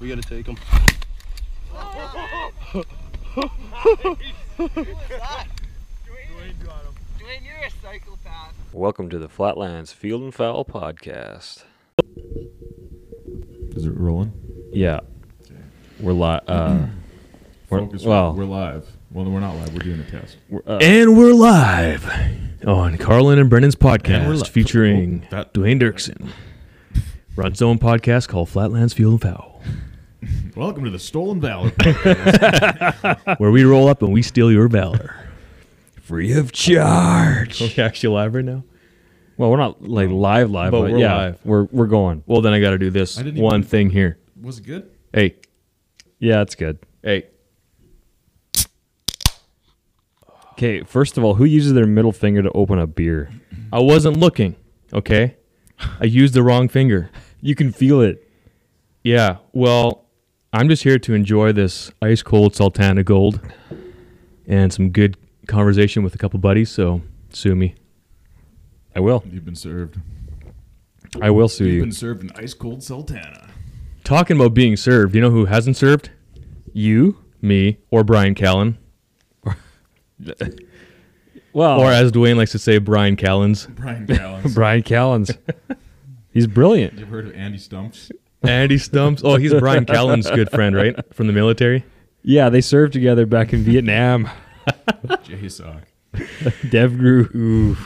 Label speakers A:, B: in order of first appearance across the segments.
A: We gotta take him.
B: Dwayne got him.
C: Dwayne, you're a psychopath.
D: Welcome to the Flatlands Field and Foul podcast.
E: Is it rolling?
D: Yeah, we're live. Uh, we're,
E: Focus.
D: well,
E: we're live. Well, we're not live. We're doing a test.
D: we're, uh,
F: And we're live on Carlin and Brennan's
E: And we're
F: podcast
E: live.
F: featuring
E: Oh, that-
F: Dwayne Dirksen. Runs his own podcast called Flatlands Fuel and Foul,
E: Welcome to the Stolen Valor.
F: where we roll up and we steal your valor. Free of charge. Okay, actually live right now?
D: well, we're not like live, live, but,
F: But we're
D: yeah,
F: live.
D: we're we're going.
F: Well, then I got to do this
E: I didn't
F: one
E: even-
F: thing here.
E: Was it good?
F: Hey,
D: Yeah, it's good.
F: hey.
D: Okay, first of all, who uses their middle finger to open a beer?
F: I wasn't looking, okay? I used the wrong finger.
D: You can feel it.
F: Yeah, well, I'm just here to enjoy this ice cold Sultana Gold and some good conversation with a couple buddies, so sue me.
D: I will.
E: You've been served.
D: I will sue
E: You've
D: you.
E: been served an ice cold Sultana.
F: Talking about being served, you know who hasn't served?
D: You?
F: Me or Brian Callen.
D: Well,
F: Or as Dwayne likes to say, Brian Callens.
E: Brian Gallons.
D: Brian Callens. He's brilliant.
E: You've heard of Andy Stumps?
F: Andy Stumps. Oh, he's Brian Callen's good friend, right? From the military.
D: Yeah, they served together back in Vietnam.
E: Jay Sock.
D: Dev grew.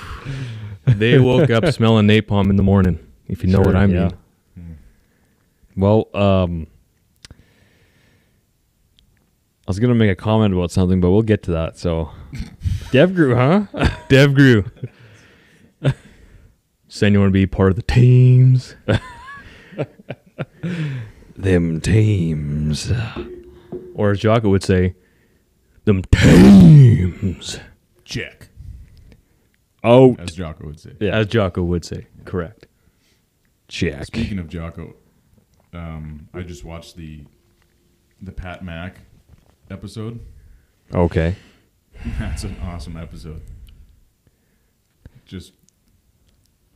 F: They woke up smelling napalm in the morning, if you know what
D: Sure,
F: I mean.
D: yeah. Hmm. Well, um, I was gonna make a comment about something, but we'll get to that. So, DevGru, huh?
F: Dev grew. Saying you want to be part of the teams.
D: Them teams.
F: Or as Jocko would say, them teams.
E: Check.
D: Oh,
E: As Jocko would say.
D: yeah.
F: As Jocko would say. Correct.
D: Check.
E: Speaking of Jocko, um, I just watched the the Pat Mack episode.
D: Okay.
E: That's an awesome episode. Just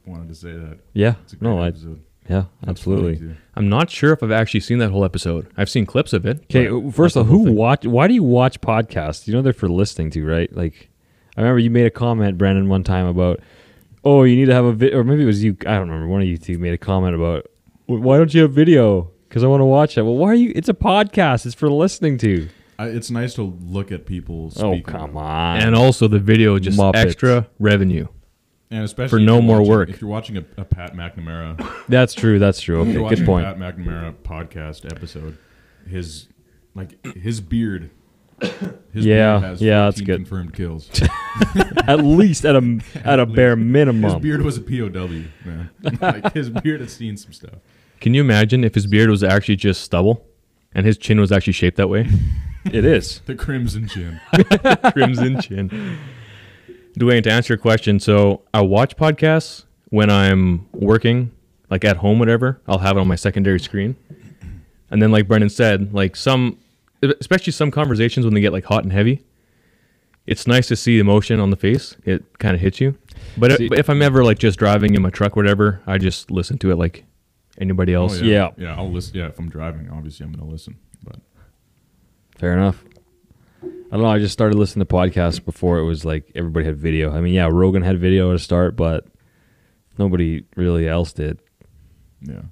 E: wanted to say that.
D: Yeah.
E: It's a great
D: No. I,
E: episode.
D: yeah.
E: It's
D: Absolutely.
E: funny, too.
F: I'm not sure if I've actually seen that whole episode. I've seen clips of it.
D: Okay.
F: but
D: First
F: not
D: of
F: the
D: all,
F: whole
D: who
F: thing.
D: watch? Why do you watch podcasts? You know they're for listening to, right? Like, I remember you made a comment, Brandon, one time about, oh, you need to have a video, or maybe it was you. I don't remember. One of you two made a comment about, "Wh- why don't you have video? Because I want to watch it. Well, why are you? It's a podcast. It's for listening to.
E: I, it's nice to look at people speak.
D: oh, come on.
F: And also the video just
D: Muppets.
F: extra revenue.
E: And especially
F: For
E: if
F: no
E: you're
F: more
E: watching-
F: work.
E: If you're watching a, a Pat McNamara,
D: that's true. That's true.
E: if you're
D: Okay.
E: watching
D: Good
E: a
D: point.
E: Pat McNamara podcast episode, his like his beard, his
D: Yeah,
E: beard has
D: yeah, that's
E: 14
D: good.
E: confirmed kills.
D: at least at a at a bare
E: his
D: minimum.
E: beard was a POW man. like his beard had seen some stuff.
F: Can you imagine if his beard was actually just stubble and his chin was actually shaped that way?
D: It is.
E: The crimson chin.
D: Oh,
F: Crimson chin. Dwayne, to answer your question, so I watch podcasts when I'm working, like at home, whatever. I'll have it on my secondary screen. And then, like Brendan said, like some, especially some conversations when they get like hot and heavy, it's nice to see emotion on the face. It kind of hits you. But, i-
D: See-
F: but if I'm ever like just driving in my truck, whatever, I just listen to it like anybody else.
D: Oh, Yeah.
E: Oh, yeah. I'll listen. Yeah, if I'm driving, obviously I'm gonna listen. But
D: Fair enough. I don't know. I just started listening to podcasts before it was like everybody had video. I mean, yeah, Rogan had video to start, but nobody really else did.
E: yeah,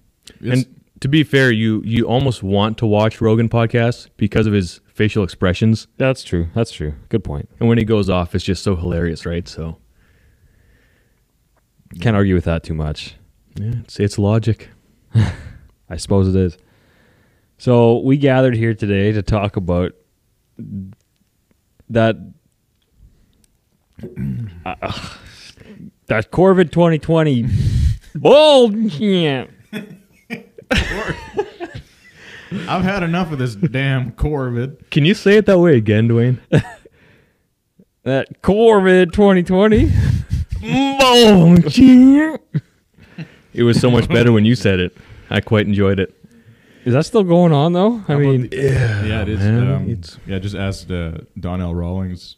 E: It's-
F: And to be fair, you you almost want to watch Rogan podcasts because of his facial expressions.
D: That's true. That's true. Good point.
F: And when he goes off, it's just so hilarious, right? So
D: Can't argue with that too much.
F: yeah, it's, it's logic.
D: I suppose it is. So we gathered here today to talk about that Ah, that Corvid 2020 bullshit.
E: I've had enough of this damn Corvid.
F: Can you say it that way again, Dwayne?
D: That Corvid 2020 bullshit.
F: it was so much better when you said it. I quite enjoyed it.
D: Is that still going on though? I
E: How about
D: mean,
E: the- yeah, it is.
F: Oh, man,
E: um,
F: it's-
E: yeah, just asked uh, Donnell Rawlings.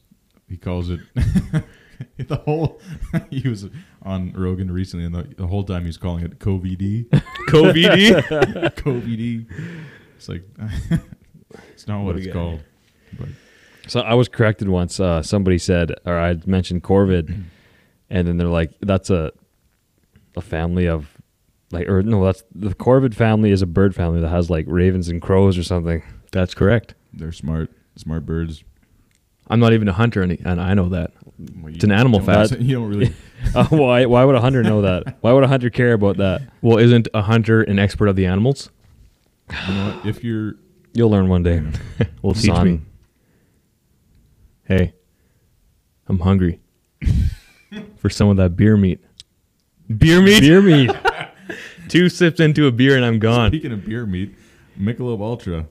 E: He calls it the whole. he was on Rogan recently, and the, the whole time he's calling it COVD.
F: COVID.
E: COVD. It's like it's not what,
F: do we
E: it's
F: got
E: called. But
D: So I was corrected once. Uh, somebody said, or I mentioned Corvid, and then they're like, "That's a a family of like, or no, that's the Corvid family is a bird family that has like ravens and crows or something."
F: That's correct.
E: they're smart, smart birds.
F: I'm not even a hunter, and, and I know that.
E: Well,
F: It's
E: you
F: an animal
E: don't-
F: fact.
E: You don't really.
D: Uh, why? Why would a hunter know that? Why would a hunter care about that?
F: Well, isn't a hunter an expert of the animals?
E: You know what? If you're
D: You'll learn one day.
F: Well, teach
D: Son.
F: me. Hey, I'm hungry for some of that beer meat. Beer meat.
D: Beer me.
F: Two sips into a beer and I'm gone.
E: speaking of beer meat, Michelob Ultra,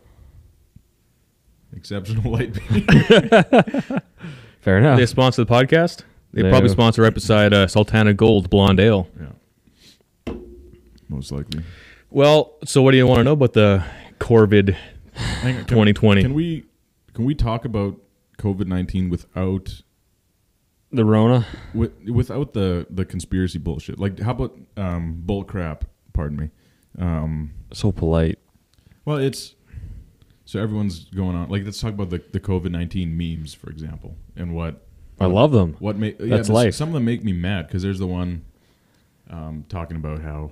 E: exceptional light beer.
D: Fair enough.
F: They sponsor the podcast. They
D: They
F: probably
D: do.
F: sponsor right beside uh, Sultana Gold Blonde Ale.
E: yeah, most likely.
F: Well, so what do you want to know about the Corvid?
E: Hang on, can-
F: 2020.
E: Can we can we talk about COVID nineteen without
D: the Rona.
E: with, without the the conspiracy bullshit? Like, how about um, bull crap? Pardon me. Um,
D: So polite.
E: well, it's so everyone's going on. Like, let's talk about the the COVID nineteen memes, for example, and what
D: I love them.
E: What make yeah,
D: That's
E: but
D: life.
E: Some of them make me mad because there's the one um, talking about how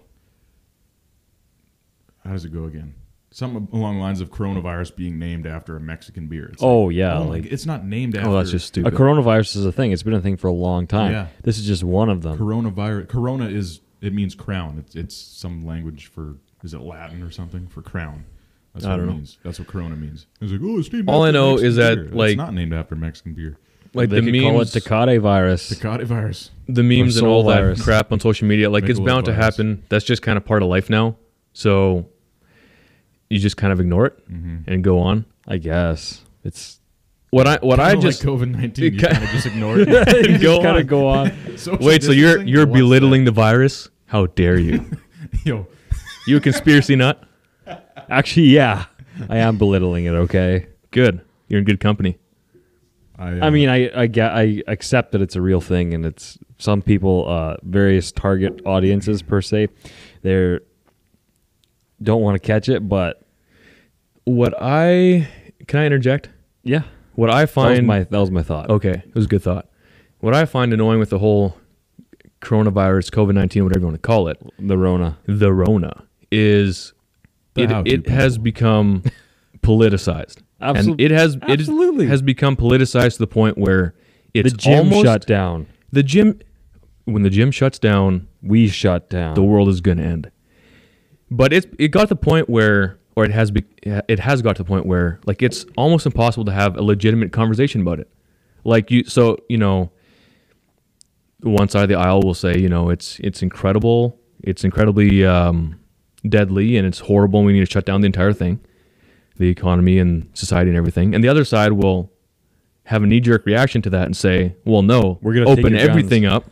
E: how does it go again? Some along the lines of coronavirus being named after a Mexican beer. It's
D: Oh yeah,
E: oh,
D: like,
E: like it's not named after.
F: Oh, that's just
D: a
F: stupid.
D: coronavirus is a thing. It's been a thing for a long time.
E: Yeah.
D: This is just one of them.
E: coronavirus. Corona is it means crown. It's it's some language for is it Latin or something for crown. That's
F: I
E: what
F: don't
E: it
F: know.
E: means. That's what Corona means. It's like oh, it's named after
F: All I
E: a
F: know
E: Mexican
F: is that,
E: beer. It's
F: like-
E: not named after Mexican beer.
F: like
D: they
F: the
D: could call it
F: memes,
D: Takate virus.
E: Takate virus.
F: the memes, and
D: soul
F: all that
D: virus.
F: crap on social media. Like it's
E: Michelob
F: bound to
E: virus.
F: happen. That's just kind of part of life now. So you just kind of ignore it
E: Mm-hmm.
F: and go on.
D: I guess it's
F: What I what I
E: Kinda
F: just
E: like COVID nineteen. You
F: It ki-
E: kind of just ignore it.
F: go
D: gotta
F: on.
D: go on.
E: Social
F: Wait, so you're
E: distancing?
F: you're
E: What's that?
F: belittling the virus? How dare you?
E: Yo,
F: you a conspiracy nut?
D: Actually, yeah, I am belittling it. Okay,
F: Good. You're in good company.
E: I, um,
D: I mean, I I get, I accept that it's a real thing, and it's some people, uh, various target audiences per se, they're don't want to catch it, but
F: What I can I interject?
D: yeah,
F: What I
D: that was
F: find
D: my that was my thought.
F: okay, it was a good thought. What I find annoying with the whole coronavirus, COVID nineteen, whatever you want to call it,
D: The Rona,
F: the Rona is
E: But how
F: it,
E: do
F: it
E: people-
F: has become politicized.
D: Absol-
F: and it has it is-
D: absolutely.
F: has become politicized to the point where
D: the
F: it's
D: gym
F: almost
D: shut down.
F: the gym when the gym shuts down
D: We shut down.
F: the world is going to end. But it's it got to the point where, or it has be, it has got to the point where, like it's almost impossible to have a legitimate conversation about it. Like you, so you know, one side of the aisle will say, you know, it's it's incredible, it's incredibly um, deadly, and it's horrible. and We need to shut down the entire thing, the economy and society and everything. And the other side will have a knee jerk reaction to that and say, well, no,
D: We're gonna take
F: open
D: your guns."
F: everything up.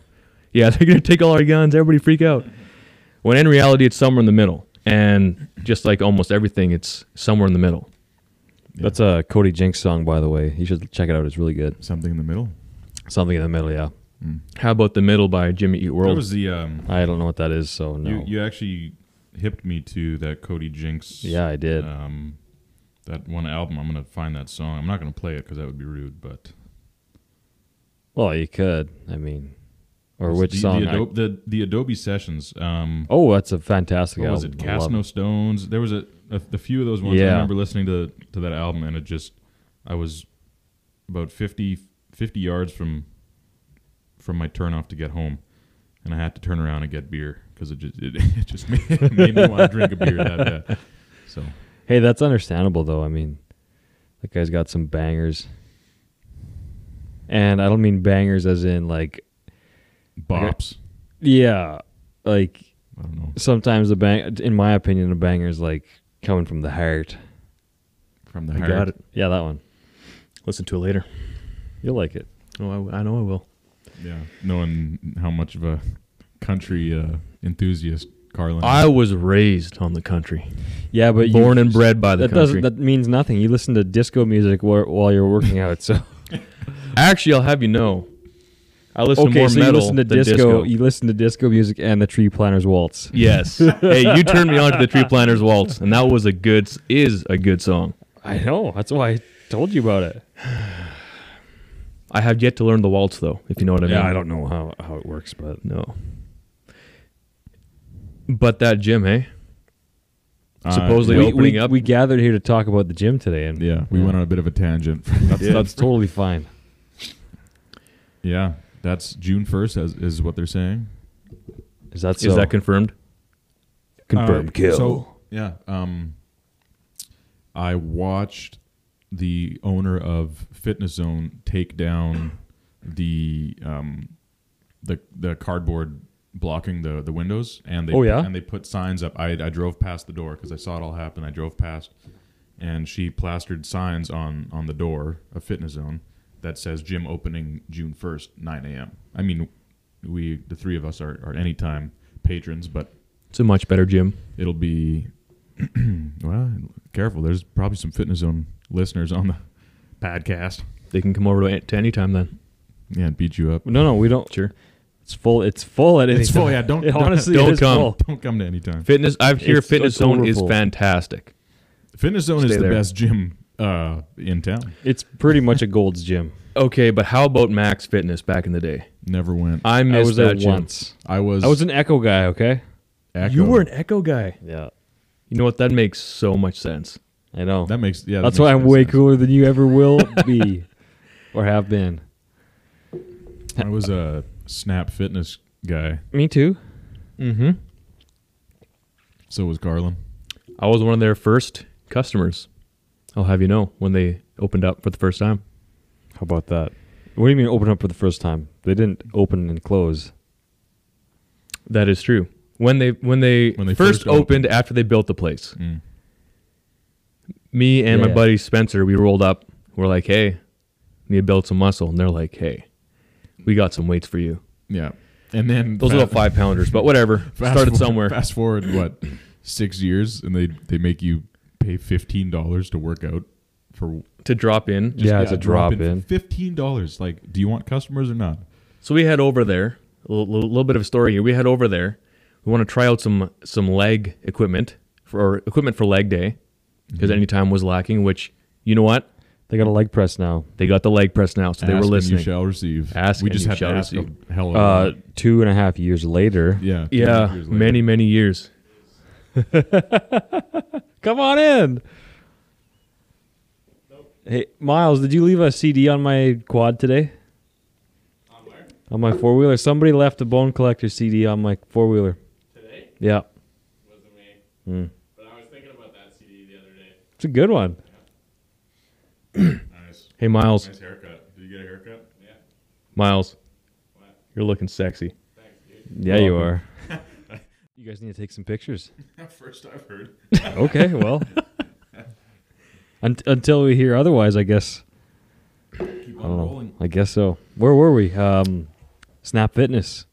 F: Yeah, they're gonna take all our guns. Everybody freak out. When in reality, it's somewhere in the middle. And just like almost everything, it's somewhere in the middle.
D: That's a Cody Jinks song, by the way. You should check it out. It's really good.
E: something in the middle.
D: Something in the middle, yeah.
F: How about the middle by Jimmy Eat
E: There
F: World?
E: was the um,
D: I don't know what that is, so no.
E: you you actually hipped me to that Cody Jinks.
D: yeah, I did.
E: Um, that one album. I'm gonna find that song. I'm not gonna play it because that would be rude. But
D: Well, you could. I mean, or
E: It's
D: which
E: the,
D: song?
E: The
D: I-
E: Adobe, the, the Adobe Sessions. Um,
D: oh, that's a fantastic
E: what was
D: album.
E: it?
D: I
E: Cast
D: love
E: No Stones. There was a, a, a few of those ones. I
D: Yeah.
E: remember listening to to that album, and it just I was about 50, 50 yards from from my turnoff to get home, and I had to turn around and get beer because it just it, it just made, made me want to drink a beer that bad. So
D: Hey, that's understandable though. I mean, that guy's got some bangers. And I don't mean bangers as in like
E: bops.
D: yeah, like
E: I don't know
D: sometimes the bang in my opinion a banger is like coming from the heart.
E: from the
F: I
E: heart.
F: got it.
D: Yeah, that one.
F: Listen to it later.
D: You'll like it.
F: Oh, I, I know I will.
E: Yeah, knowing how much of a country uh, enthusiast Carlin.
F: I
E: is.
F: was raised on the country,
D: Yeah, but
F: born
D: you,
F: and bred by the
D: that
F: country.
D: doesn't that means nothing. You listen to disco music while, while you're working out, so
F: Actually, I'll have you know, I listen to
D: okay,
F: more
D: so you
F: metal
D: listen to
F: than
D: disco, e-
F: disco.
D: You listen to disco music and the Tree Planters Waltz.
F: Yes. hey, you turned me on to the Tree Planters Waltz, and that was a good s- is a good song.
D: I know. That's why I told you about it.
F: I have yet to learn the waltz though, if you know what I mean.
D: yeah, I don't know how, how it works, but
F: No. But that gym, hey?
E: Uh,
F: Supposedly-
E: yeah,
D: we,
F: opening
D: we,
F: up-
D: we gathered here to talk about the gym today, and
E: yeah, we went on a bit of a tangent.
D: that's, that's totally fine.
E: yeah, that's June first, as is what they're saying.
D: Is that so?
F: Is that confirmed?
D: confirmed?
E: Uh, So yeah, um, I watched the owner of Fitness Zone take down the um, the the cardboard blocking the the windows, and they
D: Oh, yeah?
E: and they put signs up. I I drove past the door because I saw it all happen. I drove past, and she plastered signs on on the door of Fitness Zone that says gym opening June first, nine a.m. I mean, we the three of us are are anytime patrons, but
F: It's a much better gym.
E: it'll be well careful there's probably some fitness zone listeners on the podcast
F: They can come over to, to any time then.
E: yeah and beat you up
D: no, no, we don't.
F: Sure.
D: It's full. It's full at any
E: It's full,
D: time.
E: yeah, don't-
D: It
E: don't-
D: honestly,
F: don't
D: it is
F: come.
D: full.
E: don't come to any time
F: Fitness I've hear
D: It's-
F: fitness
D: it's
F: zone is
D: overfull.
F: fantastic.
E: fitness zone is
F: Stay
E: the
F: there.
E: best gym uh in town
D: It's pretty much a Gold's Gym.
F: Okay, but how about Max Fitness back in the day?
E: never went
F: I
D: I
F: missed
D: was there
F: that gym.
D: once.
E: i was
D: I was an Echo guy. Okay.
E: Echo.
F: You were an echo guy.
D: Yeah,
F: You know what? That makes so much sense.
D: I know.
E: that makes yeah that
D: That's
E: makes
D: why I'm
E: no
D: way
E: sense.
D: cooler than you ever will be, or have been.
E: i was a snap fitness guy
D: Me too.
F: Mm-hmm.
E: so was carlin
F: I was one of their first customers. I'll have you know when they opened up for the first time.
D: How about that? What do you mean open up for the first time? They didn't open and close.
F: That is true. When they when they,
E: When they
F: first,
E: first
F: opened
E: opened.
F: after they built the place,
E: Mm.
F: me and my
D: Yeah.
F: buddy Spencer, we rolled up. We're like, hey, need to build some muscle, and they're like, hey, we got some weights for you.
E: yeah and then
F: Those
E: fa-
F: little five pounders, but whatever.
E: fast
F: Started
E: forward-
F: somewhere.
E: fast forward what six years and they they make you pay $15 to work out for
F: to drop in.
D: Yeah. it's a drop in.
E: Fifteen dollars. Like, do you want customers or not?
F: So we head over there. A little, little bit of a story here. We head over there. We want to try out some some leg equipment for or equipment for leg day
E: Mm-hmm.
F: because any time was lacking. Which you know what
D: They got a leg press now.
F: they got the leg press now, so they
E: Ask
F: were
E: and
F: listening.
E: You shall receive.
F: Ask
E: we
F: and
E: just
F: you
E: have
F: shall
E: to ask
F: receive.
E: a hell of a
D: Uh,
E: lot.
D: two and a half years later.
E: yeah,
F: yeah,
E: years later.
F: many many years.
D: Come on in. Hey, Miles, did you leave a CD on my quad today? On my four wheeler. Somebody left a bone collector CD on my four wheeler. Today? Yeah.
A: wasn't me.
D: Mm.
A: But I was thinking about that CD the other day.
D: It's a good one.
A: Nice,
F: Hey Miles,
A: nice haircut. Did you get a haircut? Yeah.
F: Miles, you're looking sexy.
D: Yeah, you are. you guys need to take some pictures.
A: First I've heard.
D: Okay, well. Un- until we hear otherwise, I guess.
E: Keep
D: I don't know. I guess so. Where were we? Um, Snap Fitness.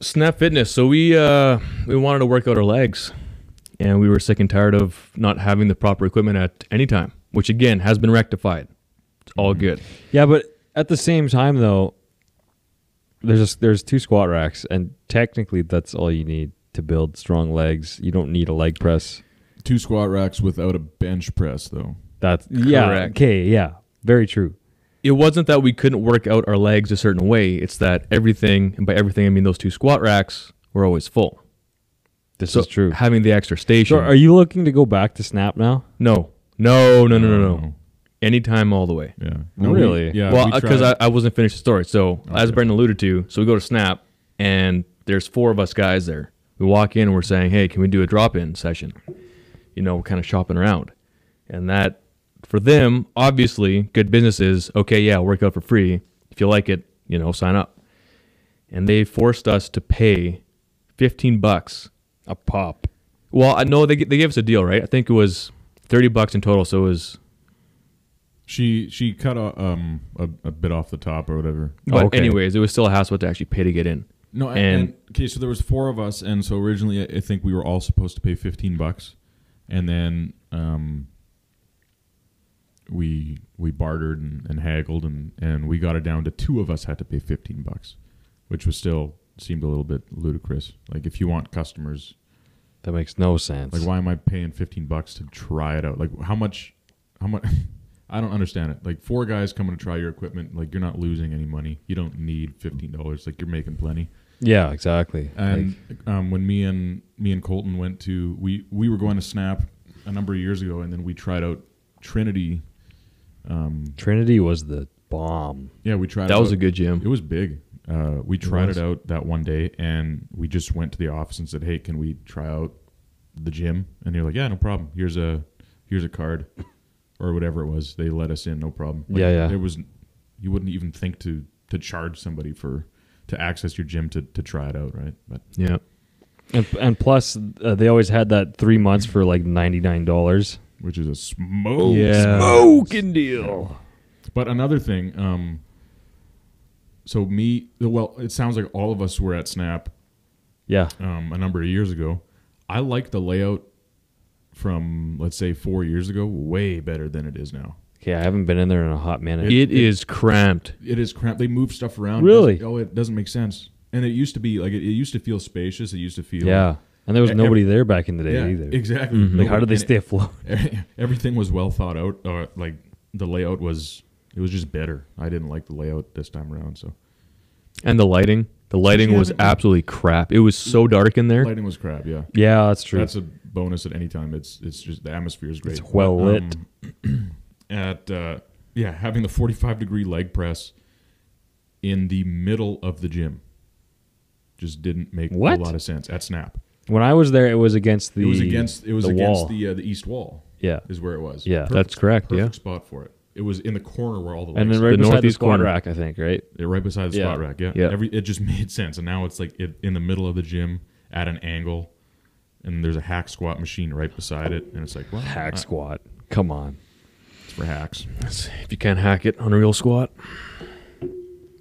F: Snap Fitness. So we uh, we wanted to work out our legs, and we were sick and tired of not having the proper equipment at any time, which again has been rectified. It's all
E: Mm-hmm.
F: good.
D: Yeah, but at the same time though, there's a, there's two squat racks, and technically that's all you need to build strong legs. You don't need a leg press.
E: Two squat racks without a bench press, though.
D: That's yeah.
F: Correct.
D: Okay, yeah, very true.
F: it wasn't that we couldn't work out our legs a certain way. It's that everything, and by everything I mean those two squat racks were always full.
D: This
F: so
D: is true.
F: Having the extra station.
D: So, are you looking to go back to snap now?
F: no, no, no, no, no,
D: Oh.
F: no. Anytime, all the way.
E: Yeah. we-
D: Really?
E: yeah.
F: well,
E: we
F: because I,
E: tried.
F: I wasn't finished the story. So as Brendan alluded to, so we go to Snap, and there's four of us guys there. We walk in and we're saying, "Hey, can we do a drop-in session?" You know, we're kind of shopping around, and that for them, obviously, good business is okay. Yeah, work out for free. If you like it, you know, sign up. And they forced us to pay fifteen bucks a pop. Well, I know they g- they gave us a deal, right? I think it was thirty bucks in total. So it was
E: she she cut a, um a, a bit off the top or whatever.
F: But
D: Okay.
F: anyways, it was still a hassle to actually pay to get in.
E: No, and,
F: And-
E: and okay, so there was four of us, and so originally I- I think we were all supposed to pay fifteen bucks, and then um, we we bartered and, and haggled and and we got it down to two of us had to pay 15 bucks which was still seemed a little bit ludicrous like if you want customers
D: That makes no sense.
E: like why am i paying 15 bucks to try it out like how much how much i don't understand it like four guys coming to try your equipment like you're not losing any money you don't need $15 like you're making plenty
D: yeah, exactly.
E: and
D: Like,
E: um, when me and me and Colton went to we we were going to Snap a number of years ago, and then we tried out Trinity.
D: Trinity was the bomb.
E: Yeah, we tried.
F: That
E: it
F: was
E: out.
F: a good gym.
E: It was big. Uh, we tried it,
D: was.
E: out that one day, and we just went to the office and said, "Hey, can we try out the gym?" And they're like, "Yeah, no problem. Here's a here's a card, or whatever it was." They let us in, no problem. Like,
D: Yeah, yeah.
E: There was you wouldn't even think to to charge somebody for to access your gym to to try it out, right? But
F: Yeah.
D: And, and plus, uh, they always had that three months for like $99.
E: which is a
D: Oh,
E: smoke.
D: Smoking deal.
E: But another thing, um, so me, well, it sounds like all of us were at Snap
D: Yeah.
E: um, a number of years ago. I like the layout from, let's say, four years ago way better than it is now.
D: Okay, I haven't been in there in a hot minute.
F: it is cramped.
E: It is crap. They move stuff around.
D: Really?
E: It doesn't- oh, it doesn't make sense. And it used to be like it, it used to feel spacious. It used to feel
D: yeah. And there was
E: E-
D: nobody there back in the day
E: yeah,
D: either. Mm-hmm.
E: exactly.
D: Like, how did they
E: And
D: stay afloat?
E: it- Everything was well thought out. Or like the layout was, it was just better. I didn't like the layout this time around. So
F: And the lighting. The lighting was absolutely crap. It was so dark in there.
E: lighting was crap. Yeah.
D: Yeah, that's true.
E: That's a bonus at any time. It's it's just the atmosphere is great.
D: It's well
E: But,
D: lit.
E: um, at uh, yeah, having the forty five degree leg press in the middle of the gym just didn't make
D: What?
E: a lot of sense at snap.
D: when I was there, it was against the
E: It was against it was
D: the
E: against
D: wall.
E: the uh, the east wall
D: yeah.
E: is where it was.
D: Yeah.
F: That's correct.
E: perfect
F: Yeah.
E: spot for it. It was in the corner where all the
D: And
E: legs
D: then right
F: The
D: beside the
F: northeast
D: squad
F: corner.
D: rack, I think, right?
E: Yeah, right beside the
D: Yeah.
E: spot rack. Yeah.
F: Yeah.
E: Every it just made sense, and now it's like it, in the middle of the gym at an angle, and there's a hack squat machine right beside it, and it's like well,
D: Hack
E: uh,
D: squat. Come on.
E: it's for hacks.
F: If you can't hack it, unreal squat.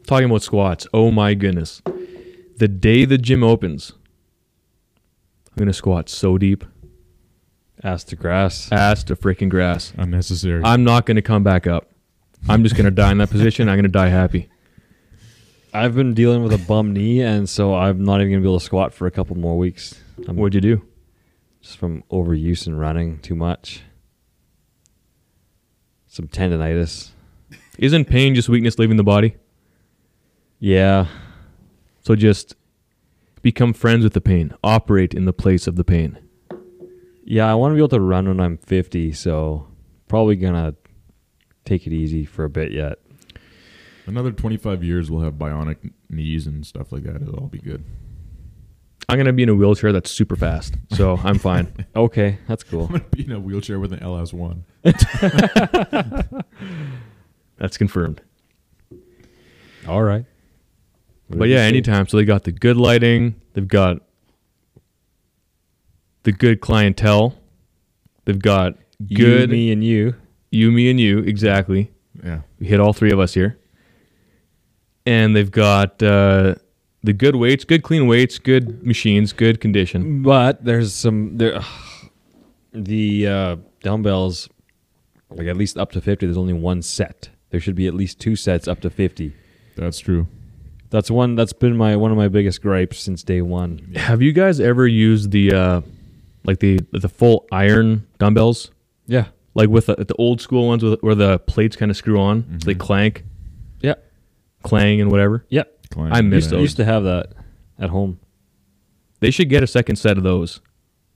F: Talking about squats. Oh my goodness. The day the gym opens, I'm gonna squat so deep.
D: Ass to grass.
F: Ass to freaking grass.
E: Unnecessary.
F: I'm not gonna come back up. I'm just gonna die in that position. I'm gonna die happy.
D: I've been dealing with a bum knee, and so I'm not even gonna be able to squat for a couple more weeks. I'm
F: What'd you do?
D: just from overuse and running too much. Some tendonitis.
F: Isn't pain just weakness leaving the body?
D: Yeah,
F: So just become friends with the pain. Operate in the place of the pain.
D: yeah. I want to be able to run when I'm 50, so probably gonna take it easy for a bit yet.
E: Another 25 years, we'll have bionic knees and stuff like that. It'll all be good.
F: I'm gonna be in a wheelchair that's super fast, so I'm fine.
D: Okay, that's cool.
E: I'm going to be in a wheelchair with an LS1.
F: That's confirmed.
D: All right.
F: But yeah, anytime. So they got the good lighting. They've got the good clientele. They've got
D: Good
F: good
D: me and you.
F: you, me, and you. Exactly.
E: Yeah.
F: We hit all three of us here. And they've got uh, the good weights, good clean weights, good machines, good condition.
D: But there's some there. the uh, dumbbells, like at least up to 50. There's only one set. There should be at least two sets up to 50.
E: That's true.
D: That's one. That's been my one of my biggest gripes since day one.
F: Have you guys ever used the uh, like the the full iron dumbbells?
D: Yeah,
F: Like with the, the old school ones with, where the plates kind of screw on, so they clank,
D: yeah,
F: clang, and whatever.
D: yeah.
E: Client.
F: I miss
D: Used to,
F: those.
D: used to have that at home.
F: They should get a second set of those.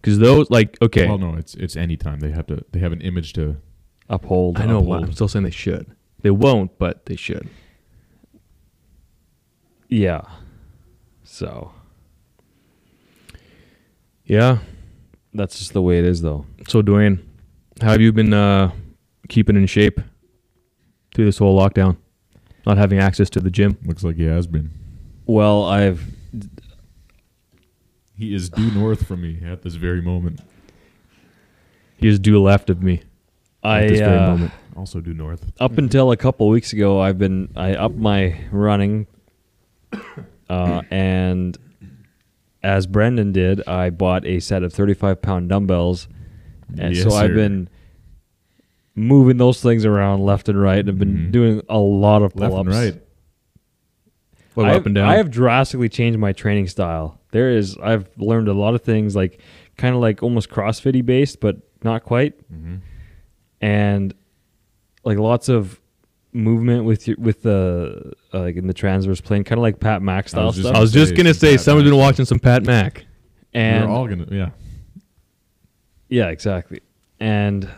F: Because those, like, okay.
E: Well, no, it's it's any time. They have to. They have an image to.
D: Uphold.
F: I know,
D: uphold.
F: why I'm still saying they should. They won't, but they should.
D: Yeah. So
F: Yeah.
D: that's just the way it is, though.
F: So, Dwayne, how have you been uh, keeping in shape through this whole lockdown? Not having access to the gym?
E: Looks like he has been.
D: Well, I've
E: He is due north from me at this very moment.
F: He is due left of me
D: I
F: at this very
D: uh,
F: moment.
E: Also due north.
D: up until a couple weeks ago, I've been I upped my running, uh, and as Brendan did, I bought a set of thirty-five pound dumbbells, and
E: Yes,
D: so I've
E: sir.
D: been moving those things around left and right. And I've been doing a lot of
E: Mm-hmm. Left
D: pull-ups.
E: and right.
F: Well,
D: I
F: up
D: have-
F: and down.
D: I have drastically changed my training style. There is I've learned a lot of things like kind of like almost CrossFitty based, but not quite. And like lots of movement with your, with the uh, like in the transverse plane, kind of like Pat Mack
E: I
D: style
E: was just-
D: stuff.
F: I was just gonna say
E: Pat
F: someone's
E: Mac.
F: been watching some Pat Mac.
D: and
E: We're all gonna yeah.
D: Yeah, exactly. And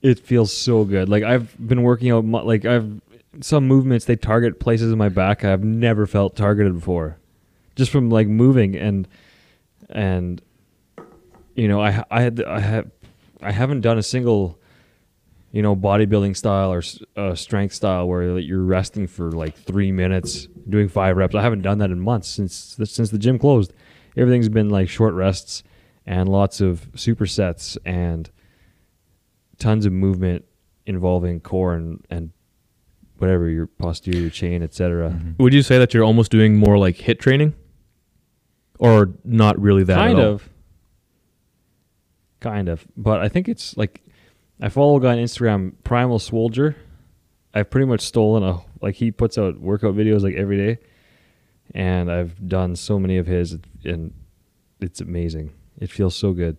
D: it feels so good. Like I've been working out mu- like I've some movements they target places in my back I've never felt targeted before. Just from like moving and and you know, I I had I have I haven't done a single you know bodybuilding style or s- uh, strength style where you're resting for like 3 minutes doing 5 reps. I haven't done that in months since since the gym closed. Everything's been like short rests and lots of supersets and tons of movement involving core and, and whatever your posterior chain, etc.
F: Would you say that you're almost doing more like hit training, or not really that? at
D: Kind
F: all?
D: of. Kind of. But I think it's like I follow a guy on Instagram, Primal Swolger. I've pretty much stolen a like he puts out workout videos like every day. And I've done so many of his and it's amazing. It feels so good.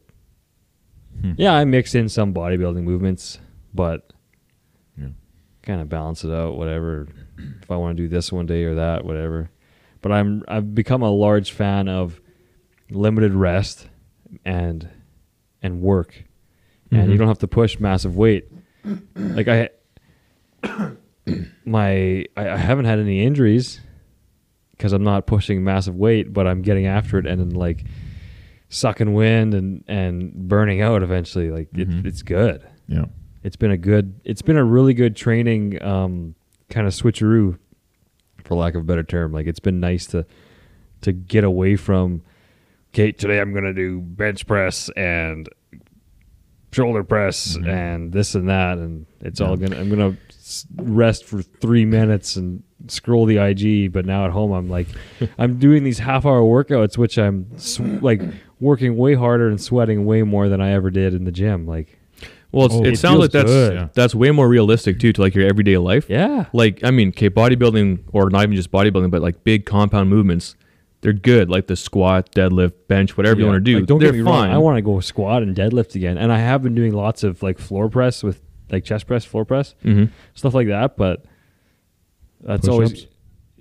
E: Hmm.
D: Yeah, I mix in some bodybuilding movements, but
E: Yeah.
D: kind of balance it out, whatever. if I want to do this one day or that, whatever. But I'm I've become a large fan of limited rest and and work. And you
F: Mhm.
D: don't have to push massive weight. Like I my I, I haven't had any injuries because I'm not pushing massive weight, but I'm getting after it and then like sucking wind and and burning out eventually. Like
E: Mhm.
D: it, it's good.
E: Yeah.
D: It's been a good. It's been a really good training um, kind of switcheroo, for lack of a better term. Like it's been nice to to get away from. Okay, today I'm gonna do bench press and shoulder press and this and that, and it's all gonna. I'm gonna s- rest for three minutes and scroll the IG. But now at home, I'm like, I'm doing these half hour workouts, which I'm sw- like working way harder and sweating way more than I ever did in the gym. Like,
F: Well, it's,
E: Oh,
F: it,
E: it
F: sounds
D: feels
F: like that's
D: good.
E: Yeah.
F: that's way more realistic too to like your everyday life.
D: yeah.
F: Like I mean, okay, bodybuilding or not even just bodybuilding, but like big compound movements, they're good. Like the squat, deadlift, bench, whatever you
D: Yeah.
F: want to do.
D: Like, don't
F: they're
D: get me
F: fine.
D: wrong. I want to go squat and deadlift again, and I have been doing lots of like floor press with like chest press, floor press,
F: Mhm.
D: stuff like that. But that's always
E: Push-ups?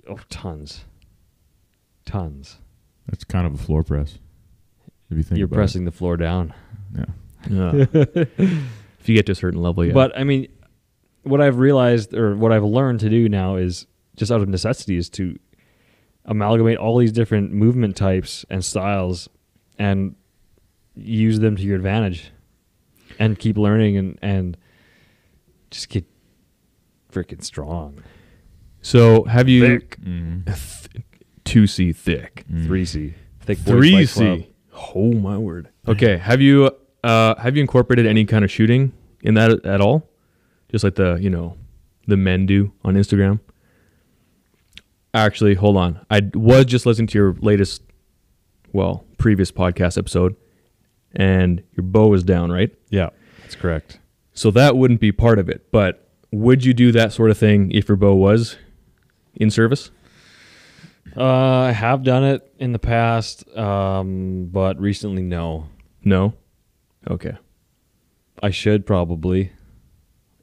D: oh tons, tons.
E: That's kind of a floor press. If you think
D: You're
E: about
D: pressing the floor down.
E: It. Yeah.
F: Yeah. if you get to a certain level, yeah.
D: But I mean, what I've realized or what I've learned to do now is just out of necessity is to amalgamate all these different movement types and styles and use them to your advantage and keep learning and, and just get freaking strong.
F: so have you
E: Mhm.
F: two C thick
D: 3C. Thick boys
F: Mm. three
D: fight club.
F: C? Oh my word. Okay, have you uh have you incorporated any kind of shooting in that at all? Just like the you know the men do on Instagram. Actually, hold on. I d- was just listening to your latest, well, previous podcast episode, and your bow is down, right?
D: Yeah, that's correct.
F: So that wouldn't be part of it. But would you do that sort of thing if your bow was in service?
D: Uh, I have done it in the past, um, but recently, no.
F: No. Okay.
D: I should probably,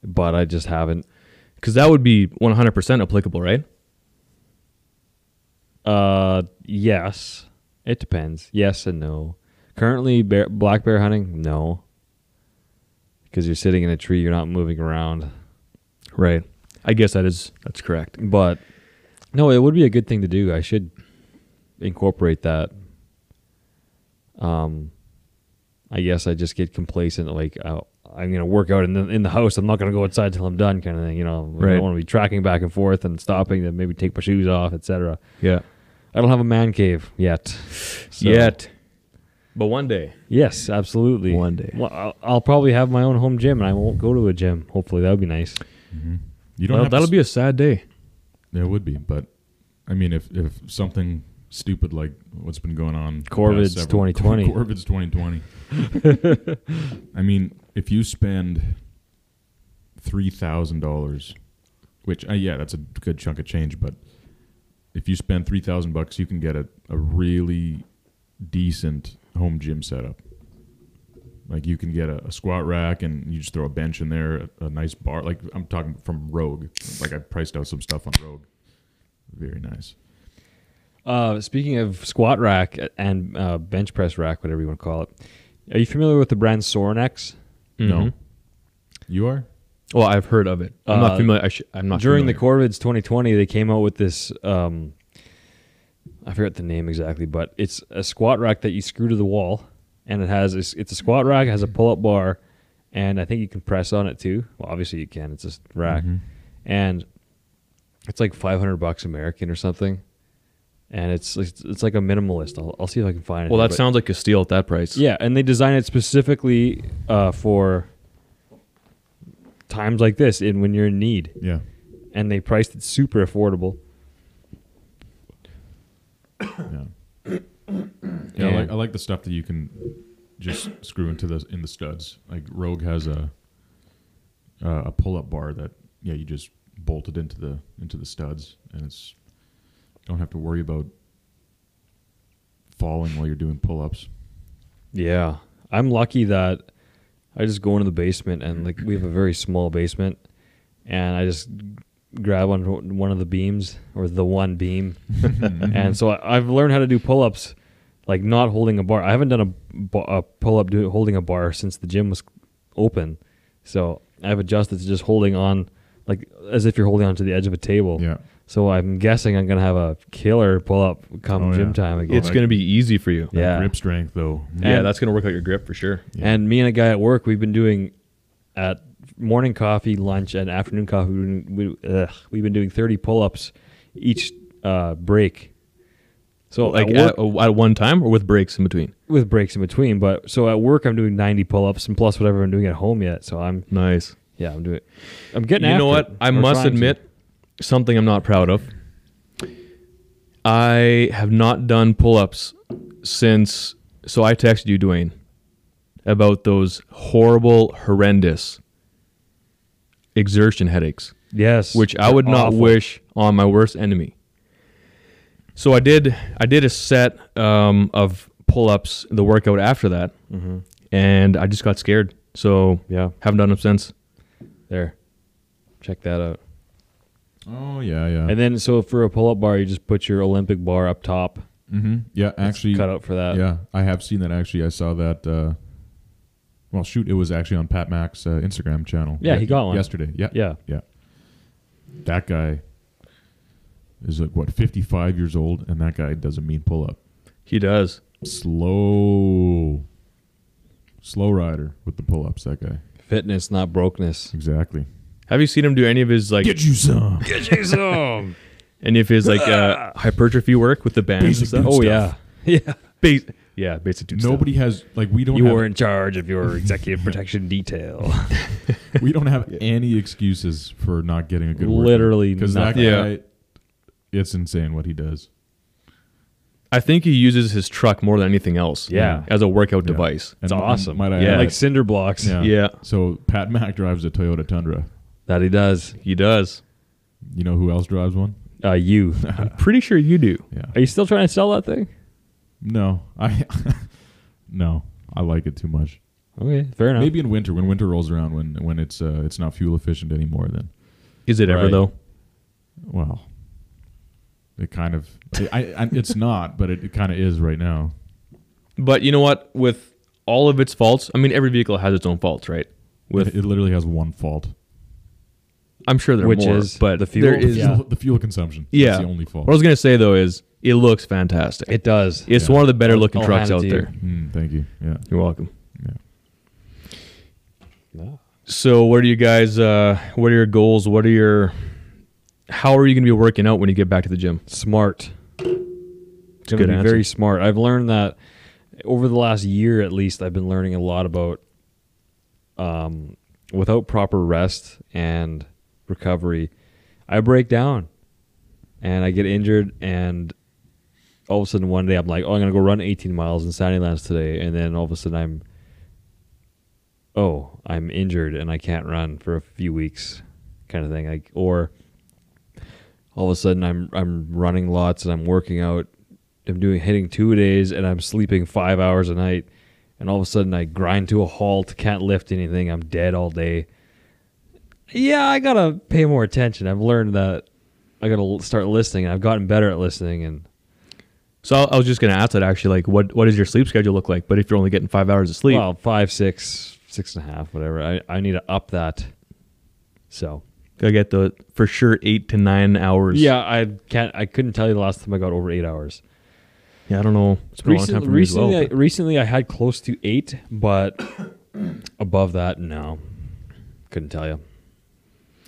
D: but I just haven't.
F: Because that would be 100% applicable, right?
D: Uh, yes. It depends. Yes and no. Currently, bear, black bear hunting, no. Because you're sitting in a tree, you're not moving around.
F: Right. I guess that is that's correct.
D: But no, it would be a good thing to do. I should incorporate that. Um, I guess I just get complacent. Like uh, I'm gonna work out in the in the house. I'm not gonna go outside till I'm done, kind of thing. You know, I
F: Right.
D: don't want to be tracking back and forth and stopping to maybe take my shoes off, etc.
F: Yeah.
D: I don't have a man cave yet. So-
F: Yet. But one day.
D: Yes, absolutely.
F: One day.
D: Well, I'll, I'll probably have my own home gym, and I won't go to a gym. Hopefully, that would be nice.
E: You don't
F: Well,
E: have to
F: that'll be a sad day.
E: There would be, but I mean, if if something stupid like what's been going on, the past
D: Corvid's
E: several-
D: 2020.
E: Corvid's twenty twenty. I mean, if you spend three thousand dollars, which uh, yeah, that's a good chunk of change. But if you spend three thousand bucks, you can get a, a really decent home gym setup. Like you can get a, a squat rack and you just throw a bench in there, a, a nice bar. Like I'm talking from Rogue. Like I priced out some stuff on Rogue. Very nice.
D: Uh, speaking of squat rack and uh, bench press rack, whatever you want to call it, are you familiar with the brand Sorenex?
E: No, you are.
F: Well, I've heard of it. I'm
D: Uh,
F: not familiar. I sh- I'm not
D: During the
F: familiar.
D: CORVID's 2020, they came out with this. Um, I forget the name exactly, but it's a squat rack that you screw to the wall, and it has it's, it's a squat rack, it has a pull-up bar, and I think you can press on it too. Well, obviously you can. It's a s- rack,
F: Mm-hmm.
D: and it's like 500 bucks American or something, and it's it's, it's like a minimalist. I'll, I'll see if I can find it.
F: Well,
D: here,
F: that
D: but-
F: sounds like a steal at that price.
D: Yeah, and they design it specifically uh, for times like this, and when you're in need.
E: Yeah.
D: And they priced it super affordable.
E: Yeah. yeah, I
D: Yeah.
E: like I like the stuff that you can just screw into the in the studs. Like Rogue has a uh, a pull up bar that yeah you just bolt it into the into the studs and it's you don't have to worry about falling while you're doing pull ups.
D: Yeah, I'm lucky that I just go into the basement and like we have a very small basement, and I just grab on one of the beams or the one beam, and so I, I've learned how to do pull-ups, like not holding a bar. I haven't done a, ba- a pull-up do, holding a bar since the gym was open, so I've adjusted to just holding on, like as if you're holding onto the edge of a table.
E: Yeah.
D: So I'm guessing I'm gonna have a killer pull-up come
E: Oh,
D: gym
E: yeah.
D: time again.
F: It's going to be easy for you.
D: Yeah.
E: Grip strength though.
F: Yeah,
D: And-
F: that's going to work out your grip for sure.
E: Yeah.
D: And me and a guy at work, we've been doing at morning coffee, lunch, and afternoon coffee. We've been, we, ugh, we've been doing thirty pull-ups each uh, break. So
F: Like
D: at
F: at,
D: work,
F: at one time or with breaks in between.
D: with breaks in between, but so at work I'm doing ninety pull-ups and plus whatever I'm doing at home yet. So I'm
F: Nice.
D: yeah, I'm doing. I'm getting.
F: you know
D: after it,
F: what? I
D: or
F: must
D: trying to.
F: admit something I'm not proud of. I have not done pull ups since. So I texted you, Dwayne, about those horrible, horrendous exertion headaches,
D: yes,
F: which I would not
D: Awful.
F: wish on my worst enemy. So I did. I did a set um, of pull ups. The workout after that,
D: Mm-hmm.
F: and I just got scared. So
D: Yeah,
F: haven't done them since.
D: there. Check that out.
E: Oh yeah, yeah.
D: And then so for a pull-up bar, you just put your Olympic bar up top.
E: mm-hmm. Yeah,
D: It's
E: actually
D: cut out for that.
E: Yeah, I have seen that actually. I saw that. Uh, well, shoot, it was actually on Pat Mack's uh, Instagram channel.
D: Yeah, he got one.
E: yesterday. Yeah,
D: Yeah.
E: yeah. That guy is like what fifty-five years old, and that guy does a mean pull-up.
F: He does.
E: Slow, slow rider with the pull-ups. That guy,
D: Fitness, not brokenness.
E: exactly.
F: Have you seen him do any of his like
E: Get you some
F: any of his like uh, hypertrophy work with the bands
E: Basic
F: and stuff?
D: Oh yeah, yeah.
F: Bas- yeah, basic dude.
E: Nobody has like we don't.
D: You
E: have,
D: were in charge of your executive protection detail.
E: we don't have any excuses for not getting a good.
D: Literally
E: because that guy,
F: nothing. Yeah.
E: it's insane what he does.
F: Stuff. I think he uses his truck more than anything else.
D: Yeah.
F: as a workout device.
D: It's
E: And m-
D: awesome.
E: Might I
F: Yeah.
E: add,
D: Like cinder blocks
E: Yeah.
F: Yeah.
E: So Pat Mack drives a Toyota Tundra.
D: that he does.
F: He does.
E: You know who else drives one?
D: Uh, you
F: I'm pretty sure you do.
E: Yeah.
D: are you still trying to sell that thing?
E: No, I no, I like it too much.
D: Okay, fair enough.
E: Maybe in winter when winter rolls around when when it's uh, it's not fuel efficient anymore. Then
F: Is it ever
D: Right.
F: though?
E: well, it kind of I, I it's not, but it, it kind of is right now.
F: But you know what? With all of its faults, I mean, every vehicle has its own faults, right? With
E: it, it literally has one fault.
F: I'm sure there are
D: Which
F: more,
D: is
F: but
D: the fuel?
F: There is,
D: Yeah.
E: The fuel consumption. That's
F: yeah.
E: the only fault.
F: What I was gonna say though is it looks fantastic.
D: it does.
F: it's
E: Yeah.
F: one of the better looking
D: I'll
F: trucks
D: hand it to
F: out
D: you.
F: there.
E: Mm, thank you. Yeah.
F: You're welcome.
E: Yeah.
F: So, what are you guys? Uh, what are your goals? What are your? How are you going to be working out when you get back to the gym?
D: smart. It's going
F: good
D: to be
F: answer.
D: very smart. I've learned that over the last year, at least, I've been learning a lot about um, without proper rest and recovery, I break down and I get injured. And all of a sudden, one day, I'm like, oh, I'm going to go run 18 miles in Sandylands today. And then all of a sudden, I'm oh, I'm injured and I can't run for a few weeks, kind of thing. Like, or all of a sudden I'm I'm running lots and I'm working out. I'm doing hitting two days and I'm sleeping five hours a night, and all of a sudden I grind to a halt, can't lift anything. I'm dead all day. Yeah, I gotta pay more attention. I've learned that I gotta l- start listening. and I've gotten better at listening, and
F: So I I was just going to ask that actually, like, what what does your sleep schedule look like? But if you're only getting five hours of sleep,
D: well, five, six, six and a half, whatever. I I need to up that. So
F: I get the for sure eight to nine hours.
D: Yeah, I can't. I couldn't tell you the last time I got over eight hours.
F: yeah. I don't know. It's been a long time
D: Recent-
F: for me as
D: recently,
F: well.
D: I, recently I had close to eight, but above that, no, couldn't tell you.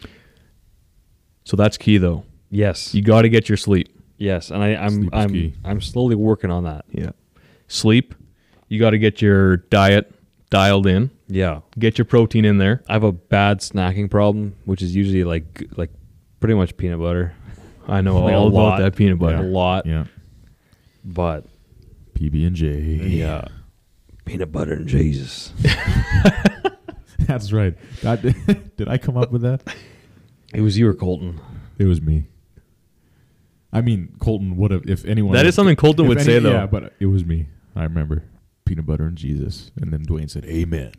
F: but- so that's key though.
D: Yes,
F: You got to get your sleep.
D: yes, and I, I'm
E: Sleep is
D: I'm
E: key.
D: I'm slowly working on that.
F: Yeah. Sleep. You got to get your diet dialed in.
D: Yeah,
F: Get your protein in there.
D: I have a bad snacking problem, which is usually like like pretty much peanut butter.
F: I know
D: Like a
F: all about
D: lot.
F: that peanut
D: Like
F: butter.
D: a lot,
E: Yeah.
D: but
E: PB and J.
D: yeah, peanut butter and Jesus.
E: That's right. That, did I come up with that?
D: It was you or Colton.
E: It was me. I mean, Colton would have if anyone.
F: That is something Colton
E: if
F: would
E: any-
F: say though.
E: Yeah, but it was me. I remember peanut butter and Jesus, and then Dwayne said, "Amen."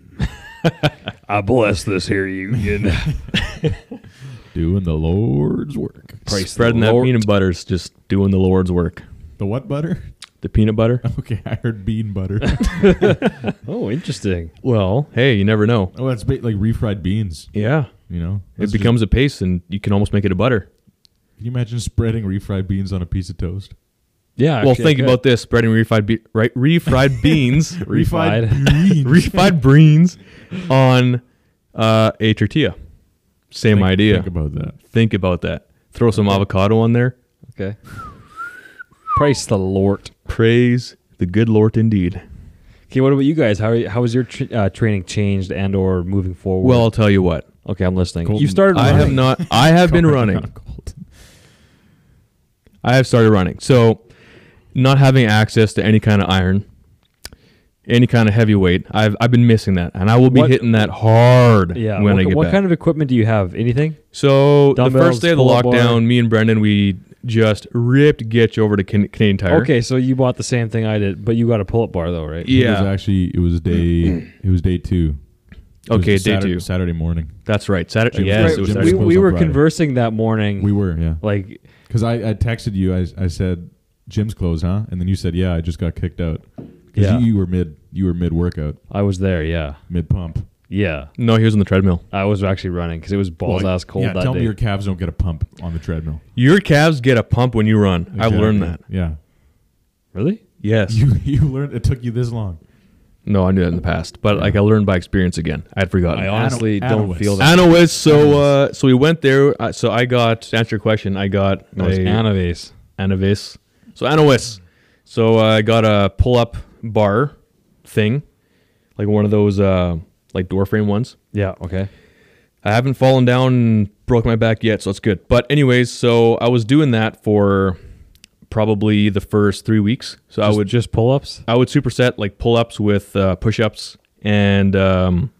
D: I bless this here union.
E: Doing the Lord's work.
D: Praise
F: Spreading
D: the
F: that
D: Lord.
F: peanut butter's just doing the Lord's work.
E: The what butter?
F: The peanut butter.
E: Okay, I heard bean butter.
D: Oh, interesting.
F: Well, hey, you never know.
E: oh, that's ba- like refried beans.
F: Yeah.
E: You know,
F: It becomes a paste and you can almost make it a butter.
E: Can you imagine spreading refried beans on a piece of toast?
D: Yeah.
F: well, think about this: spreading refried, be- right, refried beans,
D: Refried.
E: beans.
F: refried beans on uh, a tortilla. Same
E: Think-
F: idea.
E: Think about that.
F: Think about that. Throw some avocado on there.
D: Okay. Praise the Lord.
F: Praise the good Lord indeed.
D: Okay, what about you guys? How are you, how has your tr uh, training changed and or moving forward?
F: Well, I'll tell you what.
D: okay, I'm listening.
E: Colton,
D: you started.
F: I have
D: running.
F: not. I have been running.
E: Colton.
F: I have started running. So, not having access to any kind of iron, any kind of heavy weight, I've I've been missing that, and I will be
D: What-
F: hitting that hard
D: Yeah.
F: when
D: what
F: I get
D: what
F: back.
D: kind of equipment do you have? Anything?
F: So the
D: Dumbbells,
F: first day of the
D: pull-up bar.
F: lockdown, me and Brendan, we just ripped Gitch over to Can- Canadian Tire.
D: Okay, so you bought the same thing I did, but you got a pull-up bar though, right?
E: It was
F: Yeah.
E: actually it was day it was day two. It was
F: Okay, day
E: Saturday,
F: two.
E: Saturday morning.
F: That's right. Saturday.
E: It was
F: Yes,
E: right-
F: it was
E: Jim
F: Saturday.
D: we,
E: was
D: we
E: on
D: were
E: Friday.
D: conversing that morning.
E: We were yeah.
D: like
E: Because I, I texted you, I, I said gym's closed, huh? And then you said, yeah, I just got kicked out. Because
D: Yeah.
E: you, you were mid, you were mid workout,
D: I was there. Yeah.
E: mid pump.
D: Yeah.
F: No, he was on the treadmill.
D: I was actually running because it was balls ass cold
E: Yeah,
D: that
E: tell
D: day.
E: me your calves don't get a pump on the treadmill.
F: Your calves get a pump when you run. I
E: Exactly.
F: learned that.
E: Yeah,
D: really?
F: Yes.
E: you you learned it took you this long.
F: no, I knew that in the past, but like I learned by experience again. I'd forgotten.
D: I honestly
E: Adam-
D: don't
E: Adam
D: feel
E: was-
D: that.
F: Anavis. So, uh, so we went there. Uh, so I got to answer your question. I got
D: No, it's
F: a-
D: Anavase.
F: Anavis. So Anavis. So uh, I got a pull-up bar thing, like one of those uh, like door frame ones.
D: Yeah. Okay.
F: I haven't fallen down and broke my back yet, so it's good. But anyways, so I was doing that for probably the first three weeks. So I
D: Just-
F: would
D: just pull-ups.
F: I would superset like pull-ups with uh, push-ups and um,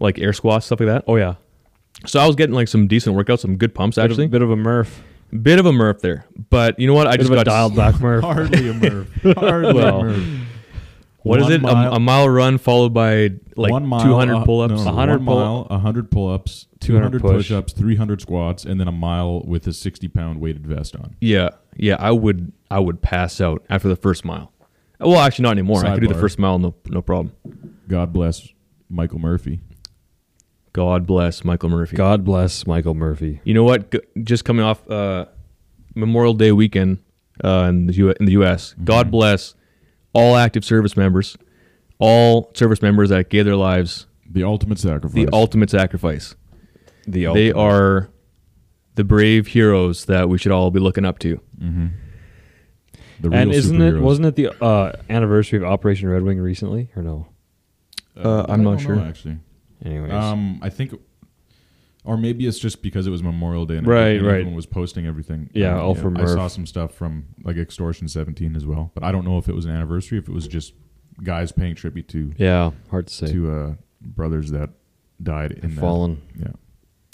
F: like air squats stuff like that.
D: Oh yeah.
F: So I was getting like some decent workouts, some good pumps
D: Bit of-
F: actually.
D: bit of a Murph.
F: Bit of a Murph there, but you know what? I
D: Bit
F: just
D: of a
F: got
D: dialed back Murph.
E: Hardly a move. Hardly
F: Well,
E: a move.
F: What is
E: One
F: it?
E: mile-
F: a, a mile run followed by like
E: one mile,
F: 200
E: uh,
F: pull-ups.
E: No, no,
D: 100
E: one
D: pull-
E: mile, hundred pull-ups, two
D: 200
E: hundred
D: push.
E: push-ups, three hundred squats, and then a mile with a sixty-pound weighted vest on.
F: Yeah, yeah. I would I would pass out after the first mile. Well, actually, not anymore. I could do the
E: Sidebar.
F: first mile, no no problem.
E: God bless Michael Murphy.
F: God bless Michael Murphy.
D: God bless Michael Murphy.
F: You know what? G- just coming off uh, Memorial Day weekend uh, in the U- in the U.S.
D: Mm-hmm.
F: God bless all active service members, all service members that gave their lives
E: The ultimate sacrifice.
F: the ultimate sacrifice.
D: The
F: They are the brave heroes that we should all be looking up to.
E: The real
D: and isn't it
E: superheroes.
D: wasn't it the uh, anniversary of Operation Red Wing recently or no?
F: Uh, I'm
E: I
F: not
E: don't
F: sure.
E: know, actually.
D: Anyways,
E: Um, I think, or maybe it's just because it was Memorial Day and
D: Right,
E: everyone
D: right.
E: everyone was posting everything.
D: Yeah, all from
E: I saw
D: Murph.
E: some stuff from like Extortion 17 as well, but I don't know if it was an anniversary, if it was just guys paying tribute to
D: yeah, hard to say.
E: to uh, brothers that died in that.
D: Fallen.
E: Yeah.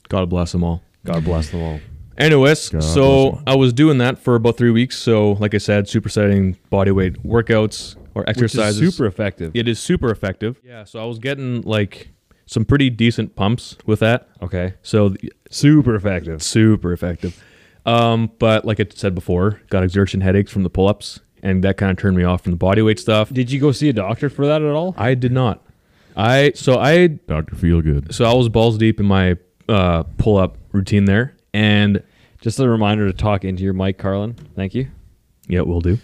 F: God bless them all.
D: God bless them all.
F: Anyways,
E: God bless
F: so
E: 'em.
F: I was doing that for about three weeks. So, like I said, supersetting body weight workouts or
D: Which is
F: exercises.
D: super effective.
F: It is super effective. Yeah. So I was getting like some pretty decent pumps with that.
D: Okay.
F: So th-
D: Super effective.
F: super effective. Um, but like I said before, got exertion headaches from the pull-ups, and that kind of turned me off from the body weight stuff.
D: Did you go see a doctor for that at all?
F: I did not. I so I
E: Doctor Feelgood.
F: so I was balls deep in my uh, pull-up routine there, and
D: Just a reminder to talk into your mic, Carlin. Thank you.
F: yeah, we'll do.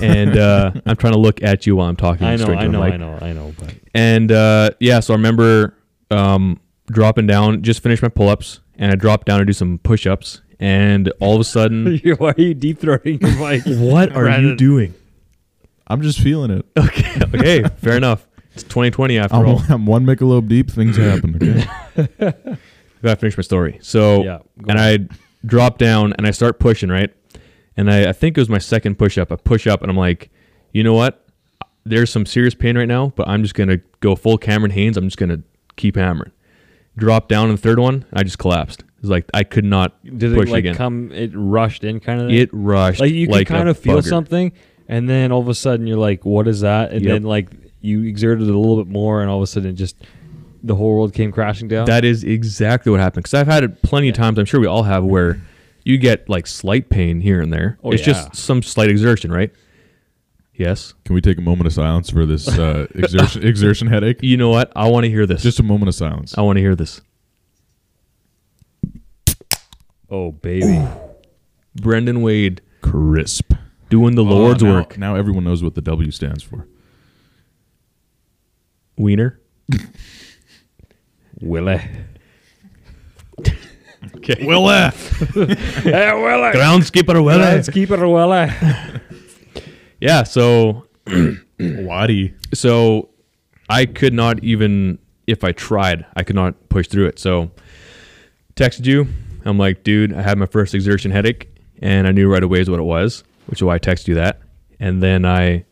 F: And uh, I'm trying to look at you while I'm talking.
D: I know,
F: straight to
D: I
F: the
D: know,
F: mic.
D: I know, I know. But
F: And uh, yeah, so I remember um, dropping down, just finished my pull ups, and I dropped down to do some push ups. And all of a sudden,
D: why are you deep throating your mic?
F: what are you
D: Brandon.
F: doing?
E: I'm just feeling it.
F: Okay, fair enough. It's 2020 after
E: I'm,
F: all.
E: I'm one Michelob deep. Things happen. Okay.
F: I gotta finish my story. So,
D: Yeah, go
F: and I drop down and I start pushing, right? And I, I think it was my second push up. I push up and I'm like, you know what? There's some serious pain right now, but I'm just gonna go full Cameron Haynes. I'm just gonna keep hammering. Drop down in the third one, I just collapsed. It's like I could not
D: Did
F: push
D: it like
F: again.
D: come? It rushed in kind of. thing?
F: It rushed.
D: like you can
F: like
D: kind
F: a
D: of feel
F: bugger.
D: something, and then all of a sudden you're like, "What is that?" And
F: Yep.
D: then like you exerted a little bit more, and all of a sudden it just the whole world came crashing down.
F: That is exactly what happened. Because I've had it plenty of times. I'm sure we all have where you get like slight pain here and there.
D: Oh,
F: it's
D: yeah.
F: just some slight exertion, right? Yes.
E: Can we take a moment of silence for this uh, exertion exertion headache?
F: You know what? I want to hear this.
E: Just a moment of silence.
F: I want to hear this.
D: oh baby,
F: Brendan Wade
E: Crisp.
F: doing the Lord's
E: Oh, now-
F: work.
E: Now everyone knows what the W stands for.
F: Wiener.
D: Willie.
F: Okay. Willa.
D: hey Willie,
F: Ground skipper Willa.
D: let's keep it a Willie.
F: Yeah. So
E: Waddy.
F: so I could not even if I tried, I could not push through it. So texted you. I'm like, dude, I had my first exertion headache and I knew right away is what it was, which is why I texted you that. And then I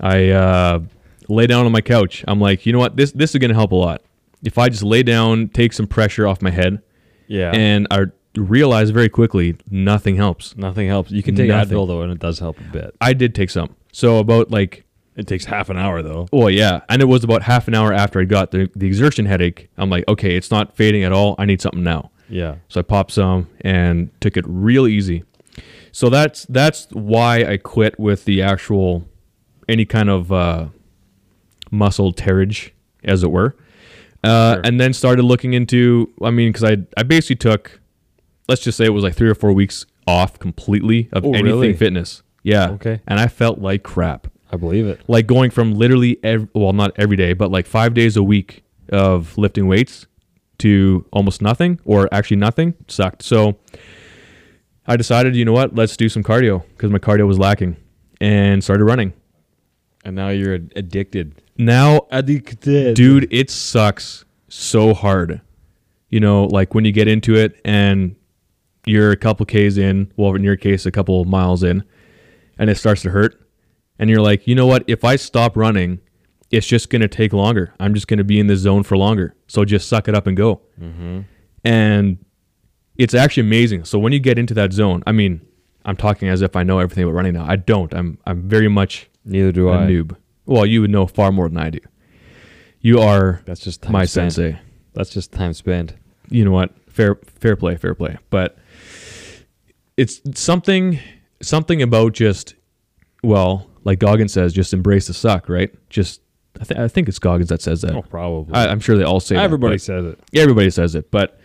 F: I uh, lay down on my couch. I'm like, you know what, this this is gonna help a lot. If I just lay down, take some pressure off my head,
D: Yeah,
F: and I realized very quickly nothing helps.
D: nothing helps. You can take
F: Nothing.
D: Advil though, and it does help a bit.
F: I did take some. So about like
D: It takes half an hour though.
F: Well, yeah, and it was about half an hour after I got the, the exertion headache. I'm like, okay, it's not fading at all. I need something now.
D: Yeah,
F: So I popped some and took it real easy. So that's that's why I quit with the actual any kind of uh, muscle tearage, as it were. Uh, And then started looking into, I mean, because I I basically took, let's just say it was like three or four weeks off completely of
D: Oh,
F: anything
D: really?
F: fitness. Yeah.
D: Okay.
F: And I felt like crap
D: I believe it.
F: like going from literally ev well not every day but like five days a week of lifting weights to almost nothing or actually nothing sucked so i decided you know what let's do some cardio because my cardio was lacking and started running
D: And now you're ad- addicted.
F: now
D: Addicted,
F: dude it sucks so hard you know like when you get into it and you're a couple k's in well in your case a couple miles in and it starts to hurt and you're like you know what if i stop running it's just going to take longer i'm just going to be in this zone for longer so just suck it up and go and it's actually amazing so when you get into that zone i mean i'm talking as if i know everything about running now i don't i'm i'm very much
D: Neither do
F: a
D: I.
F: noob well you would know far more than i do you are
D: That's just time
F: my
D: spent.
F: sensei.
D: That's just time spent.
F: You know what? Fair fair play, fair play. But it's something something about just well, like Goggins says, just embrace the suck, right? Just I, th- I think it's Goggins that says that.
D: Oh, probably.
F: I, I'm sure they all say that,
D: Everybody
F: but-
D: says it.
F: yeah, everybody says it, but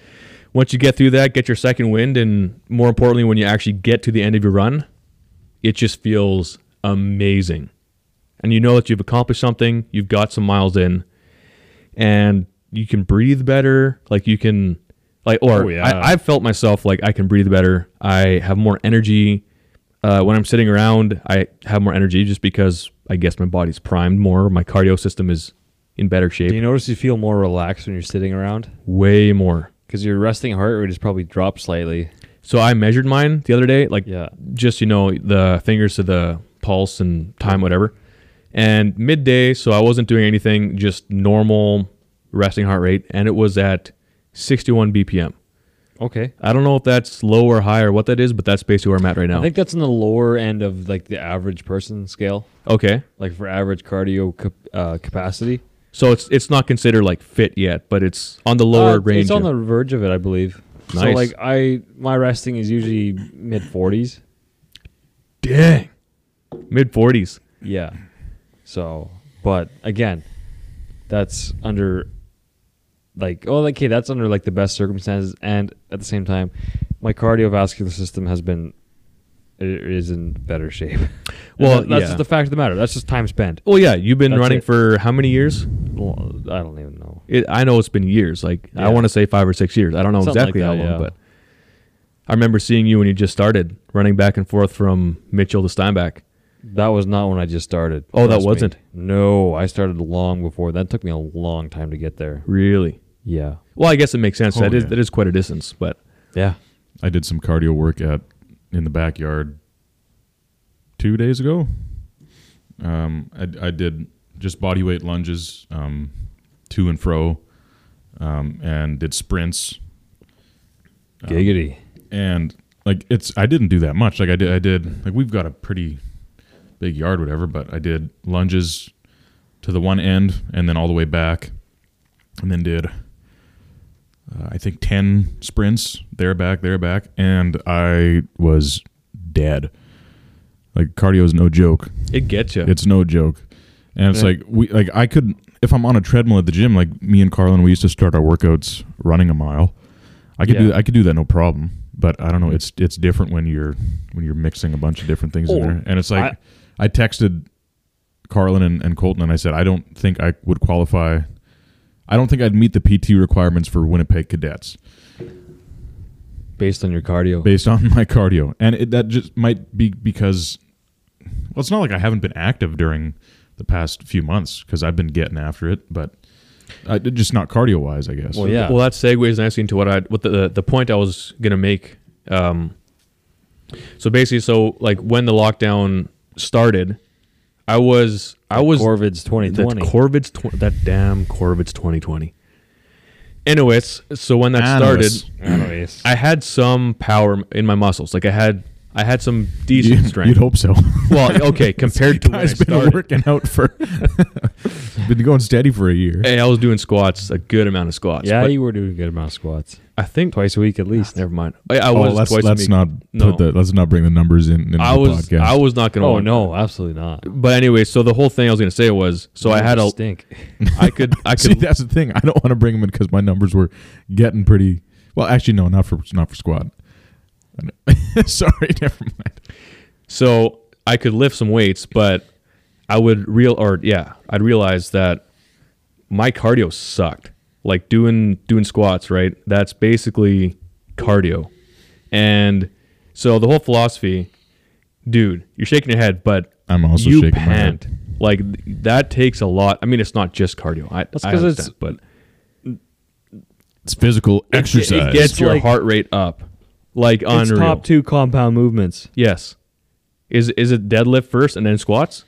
F: once you get through that, get your second wind, and more importantly, when you actually get to the end of your run, it just feels amazing. And you know that you've accomplished something, you've got some miles in, and you can breathe better. Like you can, like, or
D: Oh, yeah.
F: I, I've felt myself like I can breathe better. I have more energy. Uh, when I'm sitting around, I have more energy just because I guess my body's primed more. My cardio system is in better
D: Do you
F: shape,
D: notice you feel more relaxed when you're sitting around?
F: way more.
D: Because your resting heart rate has probably dropped slightly.
F: So I measured mine the other day, like
D: Yeah.
F: just you know the fingers to the pulse and time, whatever. And midday, so I wasn't doing anything, just normal resting heart rate, and it was at 61 BPM.
D: Okay.
F: I don't know if that's low or high or what that is, but that's basically where I'm at right now.
D: I think that's in the lower end of like the average person scale,
F: okay,
D: like for average cardio cap- uh, capacity.
F: so it's it's not considered like fit yet, but it's on the lower
D: Uh,
F: range.
D: It's on the verge of it, I believe. So
F: Nice.
D: like I, my resting is usually mid forties.
F: dang mid 40s.
D: Yeah. So, but again, that's under like oh okay that's under like the best circumstances and at the same time my cardiovascular system has been i- is in better shape And
F: Well,
D: that- that's
F: yeah.
D: just the fact of the matter that's just time spent
F: Well, yeah, you've been
D: That's
F: running
D: it.
F: for how many years?
D: Well, i don't even know
F: It, I know it's been years. Like
D: Yeah.
F: I want to say five or six years. I don't know
D: Something like
F: exactly how
D: that,
F: Oh, long,
D: yeah.
F: but I remember seeing you when you just started running back and forth from Mitchell to Steinbach.
D: that was not when i just started
F: Oh, that
D: Trust me.
F: wasn't?
D: no i started long before that took me a long time to get there
F: Really?
D: yeah
F: Well, I guess it makes sense.
E: Oh,
F: That is
E: yeah.
F: that is quite a distance, but
D: yeah
E: I did some cardio work at in the backyard two days ago. Um, I, I did just body weight lunges um, to and fro, um, and did sprints
D: giggity
E: and like it's I didn't do that much. Like I did I did like we've got a pretty big yard, whatever, but I did lunges to the one end and then all the way back, and then did uh, I think ten sprints there back there back, and I was dead. Like cardio is no joke.
F: it gets you.
E: It's no joke. And it's
D: Yeah.
E: like we like I could if I'm on a treadmill at the gym, like me and Carlin, we used to start our workouts running a mile. I could do
D: Yeah. Mm-hmm.
E: I could do that no problem. But I don't know, it's it's different when you're when you're mixing a bunch of different things in
D: Oh,
E: there. And it's like I, texted Carlin and, and Colton and I said, I don't think I would qualify I don't think I'd meet the PT requirements for Winnipeg cadets
D: based on your cardio
E: based on my cardio, and it, that just might be because well, it's not like I haven't been active during the past few months because I've been getting after it, but I, just not cardio wise, I guess.
D: Well, yeah.
F: Well, that segues nicely into what I what the the point I was gonna make. Um, so basically, so like when the lockdown started, I was I was
D: corvid's 2020
F: That Corvid's tw- that damn Corvid's 2020. Anyways, so when that
E: Anyways.
F: started,
D: Oh, Anyways.
F: I had some power in my muscles. Like I had I had some
E: You,
F: decent
E: would
F: strength.
E: hope so.
F: Well, okay, compared to when I
E: I've been
F: started.
E: working out for been going steady for a year.
F: Hey, I was doing squats, a good amount of squats.
D: yeah
F: but
D: you were doing a good amount of squats
F: I think
D: twice a week at least
F: Never mind. I, I was
E: Oh, let's,
F: twice a
E: let's
F: week.
E: not
F: No.
E: put the, let's not bring the numbers in. in
F: I
E: the
F: was
E: podcast.
F: I was not gonna.
D: oh
F: want-
D: no absolutely not
F: But anyway, so the whole thing I was gonna say was, so I had a
D: stink
F: I could I
E: See,
F: could
E: that's the thing. I don't want to bring them in because my numbers were getting pretty. Well, actually, no, not for not for squad. I know. Sorry, never mind.
F: So I could lift some weights, but I would real or yeah, I'd realize that my cardio sucked. Like doing doing squats, right? That's basically cardio. And so the whole philosophy, dude, you're shaking your head, but
E: I'm also
F: you
E: shaking my head.
F: pant. Like th- that takes a lot. I mean, it's not just cardio. I,
D: That's
F: I
D: 'cause it's-
F: understand, but
E: It's physical
F: it
E: exercise.
F: gets your
D: like-
F: heart rate up, like
D: it's
F: unreal.
D: top two compound movements
F: Yes. Is is it deadlift first and then squats?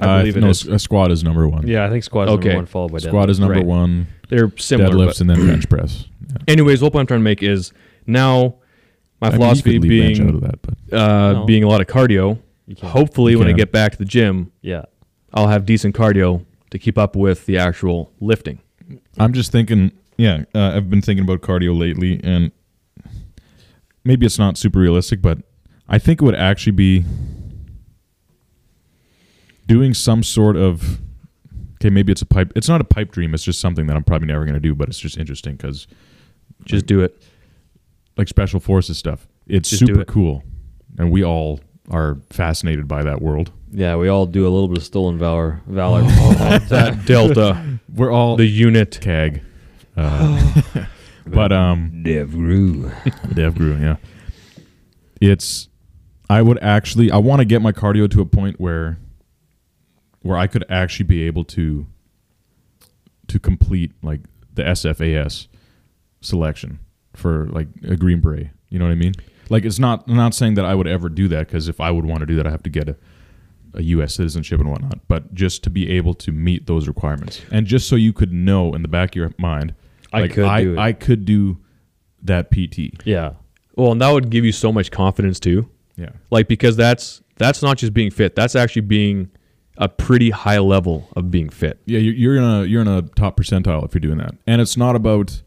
F: I believe it
E: no,
F: is.
E: s- uh, squad is number one.
D: yeah i think squats
F: Okay.
D: number one followed by
E: squad
D: deadlift.
E: is number
F: Right.
E: one.
F: They're similar. but-
E: deadlifts and then bench press. Yeah.
F: anyways, the whole point I'm trying to make is now my
E: I mean, you
F: philosophy
E: could leave bench out of
F: being
E: that, but
F: uh,
D: No.
F: being a lot of cardio.
D: can.
F: Hopefully,
E: You
F: when I
E: can.
F: get back to the gym,
D: yeah
F: I'll have decent cardio to keep up with the actual lifting.
E: I'm just thinking. Yeah, uh, I've been thinking about cardio lately, and maybe it's not super realistic, but I think it would actually be doing some sort of. Okay, maybe it's a pipe. It's not a pipe dream. It's just something that I'm probably never going to do, but it's just interesting because,
F: Just do it.
E: like special forces stuff, it's
F: Just do
E: super
F: it.
E: cool, and we all are fascinated by that world.
D: yeah we all do a little bit of stolen valor valor
F: Oh, That delta,
E: We're all
F: the unit.
E: tag. Uh, but um,
D: Devru.
E: Dev grew, yeah. It's I would actually I want to get my cardio to a point where where I could actually be able to to complete like the SFAS selection for like a green beret. You know what I mean? Like it's not I'm not saying that I would ever do that because if I would want to do that, I have to get a a U.S. citizenship and whatnot, but just to be able to meet those requirements, and just so you could know in the back of your mind,
D: I
E: like,
D: could
E: I,
D: do it.
E: I could do that PT.
D: Yeah.
F: Well, and that would give you so much confidence too.
E: Yeah,
F: Like because that's that's not just being fit. That's actually being a pretty high level of being fit.
E: yeah, you're, you're in a you're in a top percentile if you're doing that, and it's not about,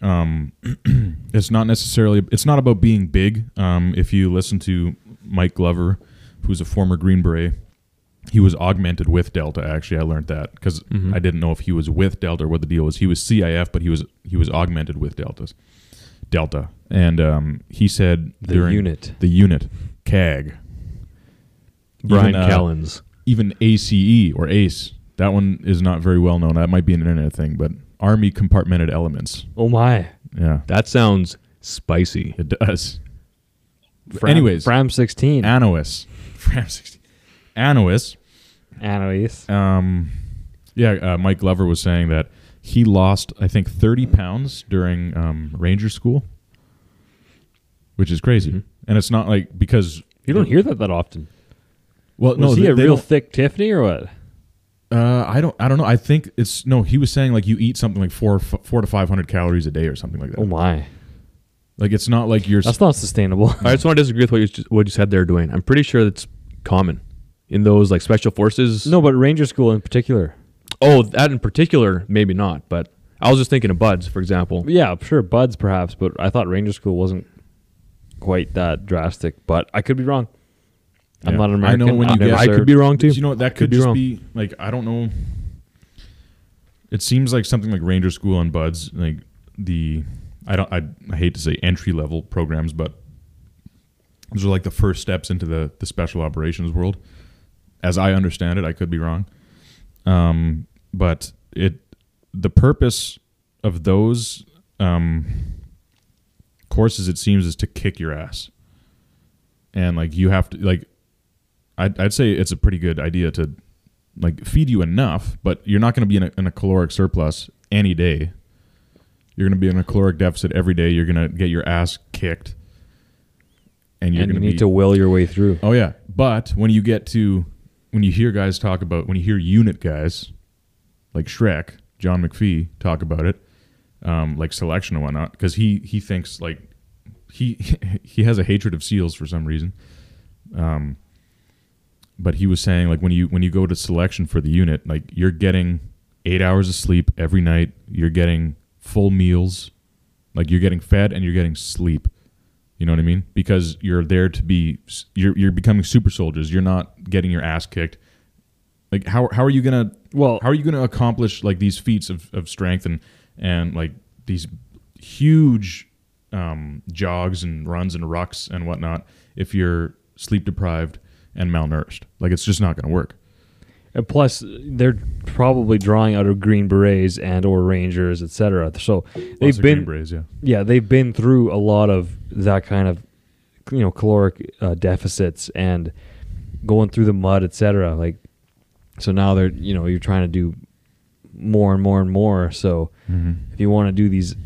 E: um, it's not necessarily it's not about being big. Um, if you listen to Mike Glover, who's a former Green Beret, he was augmented with Delta. Actually, I learned that because
D: Mm-hmm.
E: I didn't know if he was with Delta or what the deal was. He was CIF, but he was he was augmented with Deltas, Delta, and um, he said
D: The
E: during
D: unit.
E: the unit CAG
F: Brian
E: uh,
F: Callens.
E: even ACE or ACE. That one is not very well known. That might be an internet thing, but Army compartmented elements.
D: Oh my.
E: Yeah,
F: That sounds spicy.
E: it does.
D: Fram,
E: Anyways,
D: Fram 16.
E: ANOIS. Fram 60. ANOIS.
D: Annalise.
E: Um, yeah, uh, Mike Glover was saying that he lost, I think, 30 pounds during um, Ranger school, which is crazy.
D: Mm-hmm.
E: And it's not like because.
D: You don't hear that that often.
E: Well,
D: Was
E: no,
D: he
E: they-
D: a
E: they
D: real
E: don't-
D: thick Tiffany or what?
E: Uh, I don't. I don't know. I think it's no. He was saying like you eat something like four, f- four to five hundred calories a day or something like that.
D: Oh my.
E: Like it's not like you're.
D: That's not sustainable.
F: I just want to disagree with what you just, what you said there, Dwayne. I'm pretty sure that's common in those like special forces.
D: no, but Ranger School in particular.
F: Oh, that in particular, maybe not. But I was just thinking of buds, for example.
D: Yeah, sure, Buds perhaps, but I thought Ranger School wasn't quite that drastic. But I could be wrong. I'm
E: Yeah.
D: not an American.
E: I know when you
D: I've
E: get,
D: never
F: I could
D: served.
F: be wrong too.
E: You know what? That could,
F: be
E: just
F: wrong.
E: be like I don't know. It seems like something like Ranger School and Buds, like the I don't I, I hate to say entry level programs, but those are like the first steps into the the special operations world. As I understand it, I could be wrong, um, but it the purpose of those um, courses it seems is to kick your ass, and like you have to like I'd, I'd say it's a pretty good idea to like feed you enough, but you're not going to be in a, in a caloric surplus any day. You're going to be in a caloric deficit every day. You're going to get your ass kicked, and you're
D: and
E: going
D: you need
E: to be.
D: to will your way through.
E: oh yeah, but when you get to when you hear guys talk about when you hear unit guys like Shrek, John McPhee talk about it, um, like selection and whatnot, because he he thinks like he he has a hatred of seals for some reason Um, but he was saying like when you when you go to selection for the unit like you're getting eight hours of sleep every night you're getting full meals like you're getting fed and you're getting sleep you know what i mean because you're there to be you're, you're becoming super soldiers you're not getting your ass kicked like how, how are you gonna
D: Well-
E: how are you gonna accomplish like these feats of, of strength and and like these huge um, jogs and runs and rucks and whatnot if you're sleep deprived and malnourished like it's just not gonna work
D: And plus, they're probably drawing out of Green Berets and or Rangers, etc. So
E: Lots
D: they've
E: of
D: been
E: Green Berets, yeah
D: yeah, they've been through a lot of that kind of, you know, caloric uh, deficits and going through the mud, etc. Like, so now they're you know you're trying to do more and more and more. So
E: Mm-hmm.
D: if you want to do these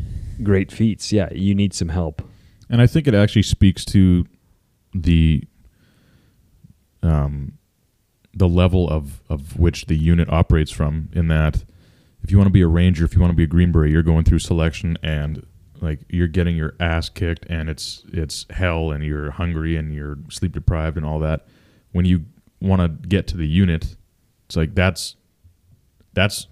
D: great feats, yeah, you need some help.
E: And I think it actually speaks to the um, the level of, of which the unit operates from. In that, if you want to be a ranger, if you want to be a green beret, you're going through selection and like you're getting your ass kicked, and it's it's hell, and you're hungry, and you're sleep deprived, and all that. When you want to get to the unit, it's like that's that's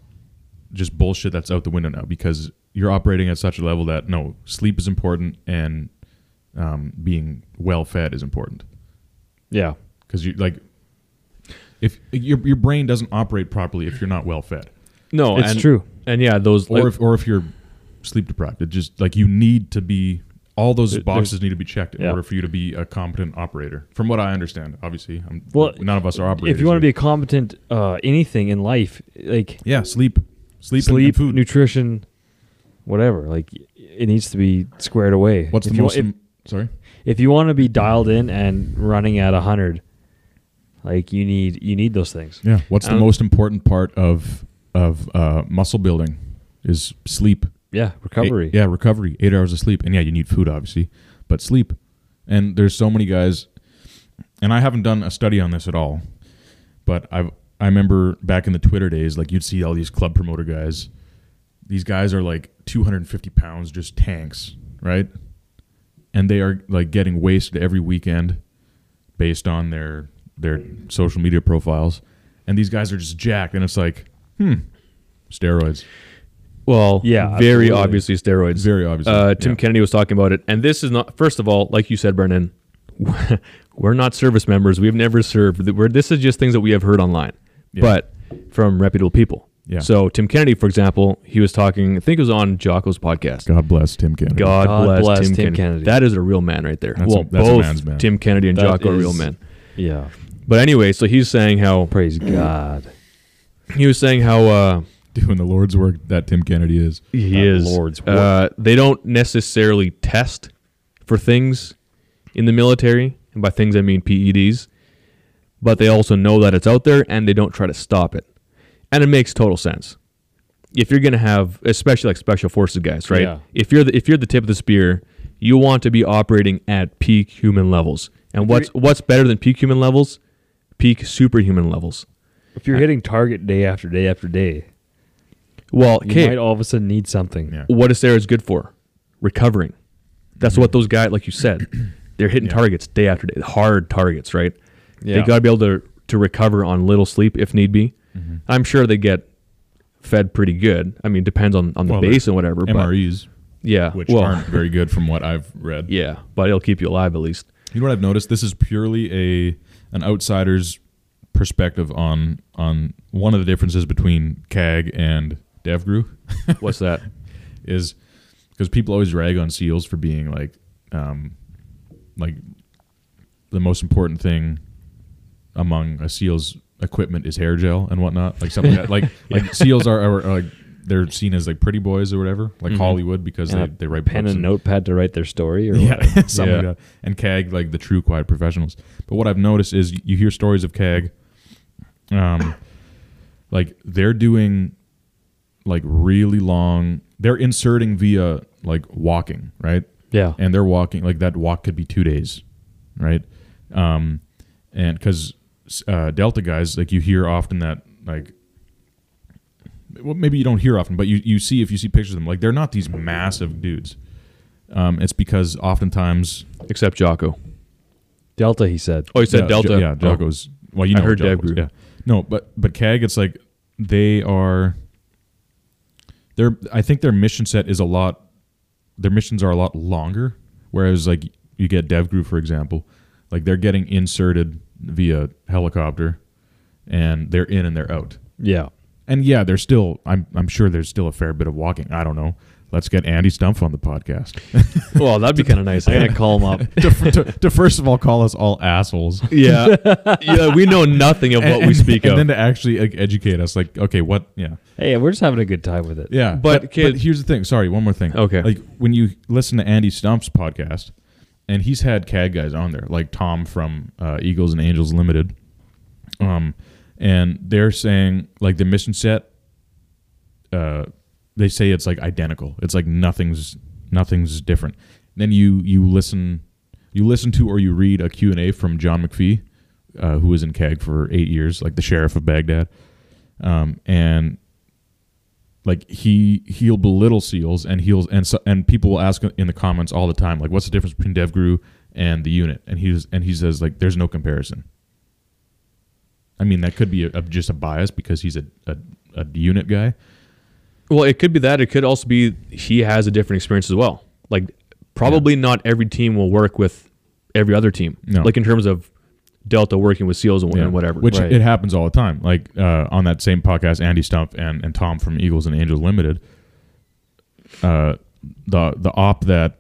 E: just bullshit that's out the window now because you're operating at such a level that no sleep is important and um, being well fed is important
D: Yeah,
E: because you like if your your brain doesn't operate properly if you're not well fed
F: No,
D: It's
F: and-
D: true.
F: And yeah, those
E: or
F: like,
E: if or if you're sleep deprived it just like you need to be all those
D: There-
E: boxes need to be checked in
D: Yeah.
E: order for you to be a competent operator from what I understand obviously I'm,
D: Well,
E: none of us are operators
D: if you want to be
E: here.
D: a competent uh, anything in life, like
E: yeah sleep sleep, and-
D: sleep,
E: and food
D: nutrition, whatever, like it needs to be squared away.
E: what's
D: If
E: the
D: you wa-
E: most
D: if-
E: im- sorry
D: if you want to be dialed in and running at 100 like you need you need those things
E: Yeah. What's the
F: Um,
E: most important part of of uh, muscle building is sleep.
D: yeah recovery
E: Eight- yeah, recovery. Eight hours of sleep, and yeah, you need food obviously, but sleep. And there's so many guys, and I haven't done a study on this at all, But I I remember back in the Twitter days, like you'd see all these club promoter guys. These guys are like 250 pounds, just tanks, right? And they are like getting wasted every weekend based on their their social media profiles. And these guys are just jacked, and it's like, hmm, steroids.
F: Well,
D: Yeah,
F: very
D: absolutely.
F: obviously steroids.
E: Very obviously,
F: Uh, Tim
E: yeah.
F: Kennedy was talking about it, and this is not. First of all, like you said, Brennan, we're not service members. We've never served. We're, this is just things that we have heard online,
E: Yeah.
F: but from reputable people.
E: Yeah.
F: So Tim Kennedy, for example, he was talking. I think it was on Jocko's podcast.
E: God bless Tim Kennedy.
F: God,
D: God
F: bless,
D: bless
F: Tim,
D: Tim
F: Kennedy.
D: Kennedy.
F: That is a real man right there.
E: That's a-
F: well,
E: that's a
F: both
E: man's man.
F: Tim Kennedy and
D: That
F: Jocko are real
D: is-
F: men.
D: Yeah.
F: But anyway, so he's saying how
D: Praise God.
F: he was saying how. Uh,
E: doing the Lord's work that Tim Kennedy is.
F: He
D: Uh,
F: is.
D: Lord's work.
F: uh, they don't necessarily test for things in the military, and by things I mean PEDs, but they also know that it's out there and they don't try to stop it. And it makes total sense. If you're going to have, especially like special forces guys, right?
D: Yeah.
F: If you're the, if you're the tip of the spear, you want to be operating at peak human levels. And what's what's better than peak human levels? Peak superhuman levels.
D: If you're hitting target day after day after day,
F: Well,
D: you
F: okay,
D: might all of a sudden need something.
E: Yeah.
F: what is steroids good for? Recovering. That's
E: Mm-hmm.
F: what those guys, like you said, they're hitting targets day after day, hard targets, right?
D: Yeah.
F: They got to be able to to recover on little sleep if need be.
E: Mm-hmm.
F: I'm sure they get fed pretty good. I mean, depends on on the
E: Well,
F: base
E: they're
F: and whatever.
E: MREs,
F: But yeah,
E: E, which
F: well,
E: aren't very good from what I've read.
F: yeah, but it'll keep you alive at least.
E: You know what I've noticed? This is purely a an outsider's perspective on on one of the differences between CAG and DevGru
F: What's that?
E: is because people always rag on SEALs for being like um, like the most important thing among a SEAL's equipment is hair gel and whatnot, like something like that. Like like SEALs are, are, are like they're seen as like pretty boys or whatever, like Hollywood because
D: Mm-hmm. And
E: they,
D: a
E: they write
D: Pen
E: books
D: and notepad to write their story or what?
E: yeah, something
F: Yeah.
E: like that. And CAG, like the true quiet professionals. But what I've noticed is you hear stories of CAG, um, like they're doing like really long. They're inserting via like walking, right?
D: Yeah.
E: And they're walking like that walk could be two days, right? Um, and because uh, Delta guys, like you hear often that like. Well, maybe you don't hear often, but you, you see if you see pictures of them, like they're not these massive dudes. Um, it's because oftentimes
F: Except Jocko.
D: Delta, he said.
F: Oh, you said
E: Yeah,
F: Delta. Oh,
E: Jo- yeah, Jocko's. Well, you
F: I
E: know,
F: heard
E: Jocko's,
F: Dagru.
E: Yeah, no, but but Kag, it's like they are. Their I think their mission set is a lot. Their missions are a lot longer, whereas like you get DevGru, for example, like they're getting inserted via helicopter, and they're in and they're out.
D: Yeah.
E: And yeah, there's still. I'm I'm sure there's still a fair bit of walking. I don't know. Let's get Andy Stumpf on the podcast
F: Oh. Well, that'd be kind of nice.
D: I gotta call him up.
E: to, to, to first of all call us all assholes.
F: yeah, yeah. We know nothing of what we speak
E: and
F: of.
E: then to actually like, educate us, like, okay, what? Yeah,
D: Hey, we're just having a good time with it.
E: yeah.
F: But kid-
E: here's the thing. Sorry, one more thing.
F: Okay.
E: like when you listen to Andy Stump's podcast, and he's had CAD guys on there, like Tom from uh, Eagles and Angels Limited, um, and they're saying like the mission set, uh, they say it's like identical. It's like nothing's nothing's different. Then you you listen you listen to or you read a Q and A from John McPhee, uh, who was in CAG for eight years, like the sheriff of Baghdad, um, and like he he'll belittle seals and he'll and so, and people will ask in the comments all the time like what's the difference between devgru and the unit and he's and he says like there's no comparison i mean that could be a, a- just a bias because he's a, a, a unit guy
F: Well, it could be that. It could also be he has a different experience as well. Like, probably not every team will work with every other team.
E: No.
F: Like in terms of Delta working with SEALs and, and whatever.
E: Which
D: Right.
E: it happens all the time. Like uh, on that same podcast, Andy Stump and, and Tom from Eagles and Angels Limited, uh, the the op that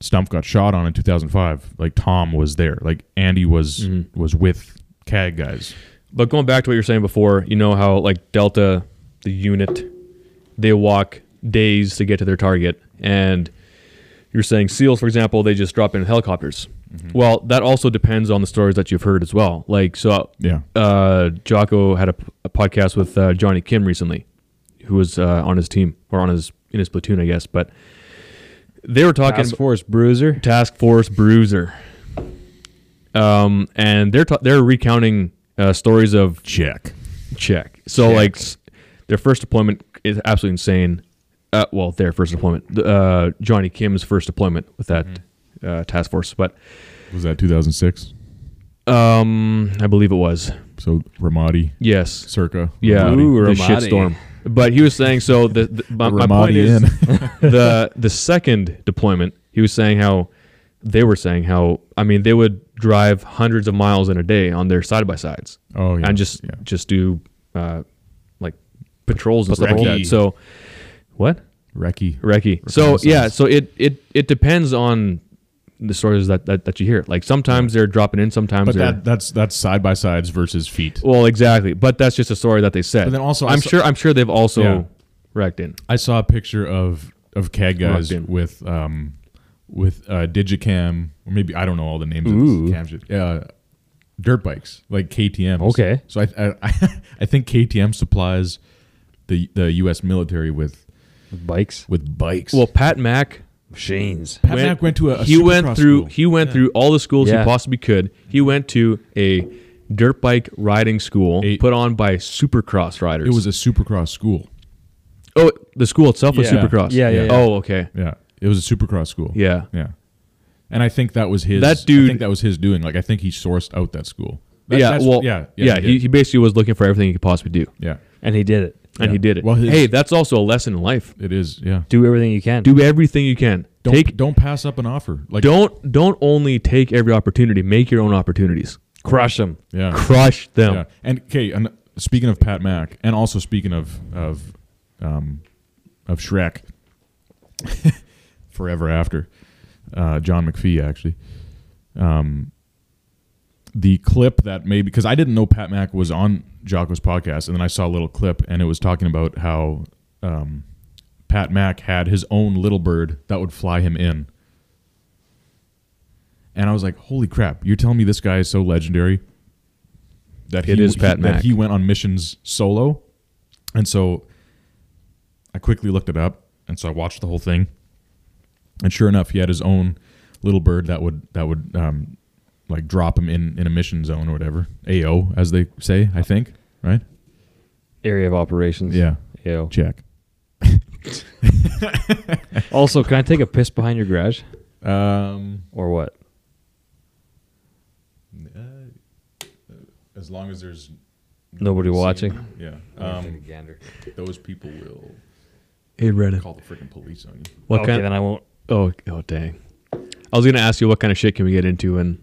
E: Stump got shot on in 2005, like Tom was there. Like Andy was was with CAG guys.
F: but going back to what you were saying before, you know how like Delta, the unit, they walk days to get to their target, and you're saying SEALs, for example, they just drop in helicopters.
E: Mm-hmm.
F: Well, that also depends on the stories that you've heard as well. Like so,
E: Yeah.
F: uh, Jocko had a, p- a podcast with uh, Johnny Kim recently, who was uh, on his team or on his in his platoon, I guess. But they were talking
D: Task Force Bruiser.
F: Task Force Bruiser, um, and they're ta- they're recounting Uh, stories of
E: Check.
F: check. So like s- their first deployment is absolutely insane. Uh, well, their first deployment, The, uh, Johnny Kim's first deployment with that
D: Mm-hmm.
F: uh, task force, but
E: Was that 2006?
F: um, I believe it was
E: So Ramadi,
F: yes,
E: circa.
F: yeah,
E: Ramadi.
D: Ooh,
F: the
D: Ramadi.
F: shitstorm. But he was saying so. The, the my, my point
E: Ramadi
F: is
E: in.
F: the the second deployment. He was saying how they were saying how I mean they would drive hundreds of miles in a day on their side by sides.
E: oh yeah.
F: and just
E: yeah.
F: just do uh, like patrols and stuff like
E: Recce.
F: that. So what?
E: Recce.
F: Recce. So
E: Reconnaissance.
F: yeah, so it it it depends on the stories that that, that you hear. Like sometimes they're dropping in, sometimes
E: But
F: they're
E: that that's that's side by sides versus feet.
F: well exactly. But that's just a story that they said.
E: But then also I
F: I'm
E: saw-
F: sure I'm sure they've also
E: Yeah.
F: wrecked in.
E: I saw a picture of of CAD guys
F: Locked in.
E: with um with uh, digicam or maybe I don't know all the names of
D: Ooh.
E: these cam shit. Uh, dirt bikes like KTM's.
D: Okay.
E: So I I, I think KTM supplies the the U.S. military with
D: Bikes.
E: with bikes.
F: Well, Pat Mack.
D: Machines.
E: Pat Mack went to a, a
F: he went
E: supercross
F: through
E: school.
F: he went through all the schools
D: Yeah.
F: he possibly could. He went to a dirt bike riding school
E: A-
F: put on by supercross riders.
E: it was a supercross school.
F: Oh, the school itself was
D: Yeah.
F: Supercross.
D: Yeah, yeah, yeah.
F: Oh, okay.
E: Yeah, it was a supercross school.
F: Yeah.
E: yeah. And I think that was his.
F: That
E: I
F: dude-
E: think that was his doing. Like I think he sourced out that school. That-
F: yeah.
E: that's-
F: Well,
E: yeah,
F: yeah, yeah.
E: he
F: he,
E: did.
F: he basically was looking for everything he could possibly do,
E: yeah.
D: And he did it.
F: and
E: Yeah.
F: he did it.
E: Well, his-
F: hey, that's also a lesson in life.
E: It is. Yeah.
D: Do everything you can.
F: Do everything you can.
E: Don't
F: take
E: don't pass up an offer. Like
F: don't don't only take every opportunity. Make your own opportunities.
D: Crush them.
E: yeah.
F: Crush them.
E: yeah. And okay, and speaking of Pat Mack, and also speaking of of um, of Shrek, forever after uh, John McPhee actually, um, the clip that made because I didn't know Pat Mack was on Jocko's podcast, and then I saw a little clip, and it was talking about how um, Pat Mack had his own little bird that would fly him in. And I was like, "Holy crap! You're telling me this guy is so legendary that
F: It
E: he,
F: is Pat
E: he- that
F: Mack.
E: he went on missions solo." And so I quickly looked it up, and so I watched the whole thing. And sure enough, he had his own little bird that would that would um, like drop him in in a mission zone or whatever AO as they say, I think, right?
D: Area of operations.
E: Yeah,
D: Yo.
E: check.
D: Also, can I take a piss behind your garage
E: Um,
D: or what?
E: as long as there's
D: Nobody watching.
E: yeah,
D: I'm gonna
E: um,
D: take a gander.
E: those people will
F: Hey, Reddit.
E: call the freaking police on you.
F: What
D: okay,
F: kind?
D: then I won't.
F: oh, oh, dang. I was gonna ask you what kind of shit can we get into when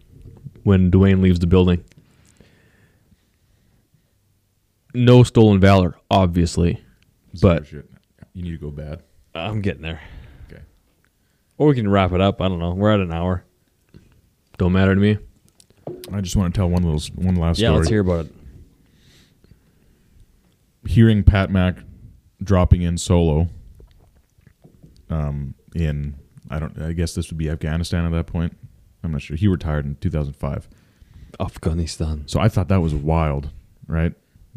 F: when Dwayne leaves the building. No stolen valor, obviously. But-
E: shit. you need to go bad.
D: I'm getting there.
E: Okay,
D: Or we can wrap it up. I don't know. We're at an hour.
F: Don't matter to me.
E: I just want to tell one little s- one last
D: Yeah,
E: story.
D: let's hear about it.
E: hearing Pat Mack dropping in solo um, in I don't I guess this would be Afghanistan at that point. I'm not sure. He retired in 2005.
D: Afghanistan.
E: So I thought that was wild, right?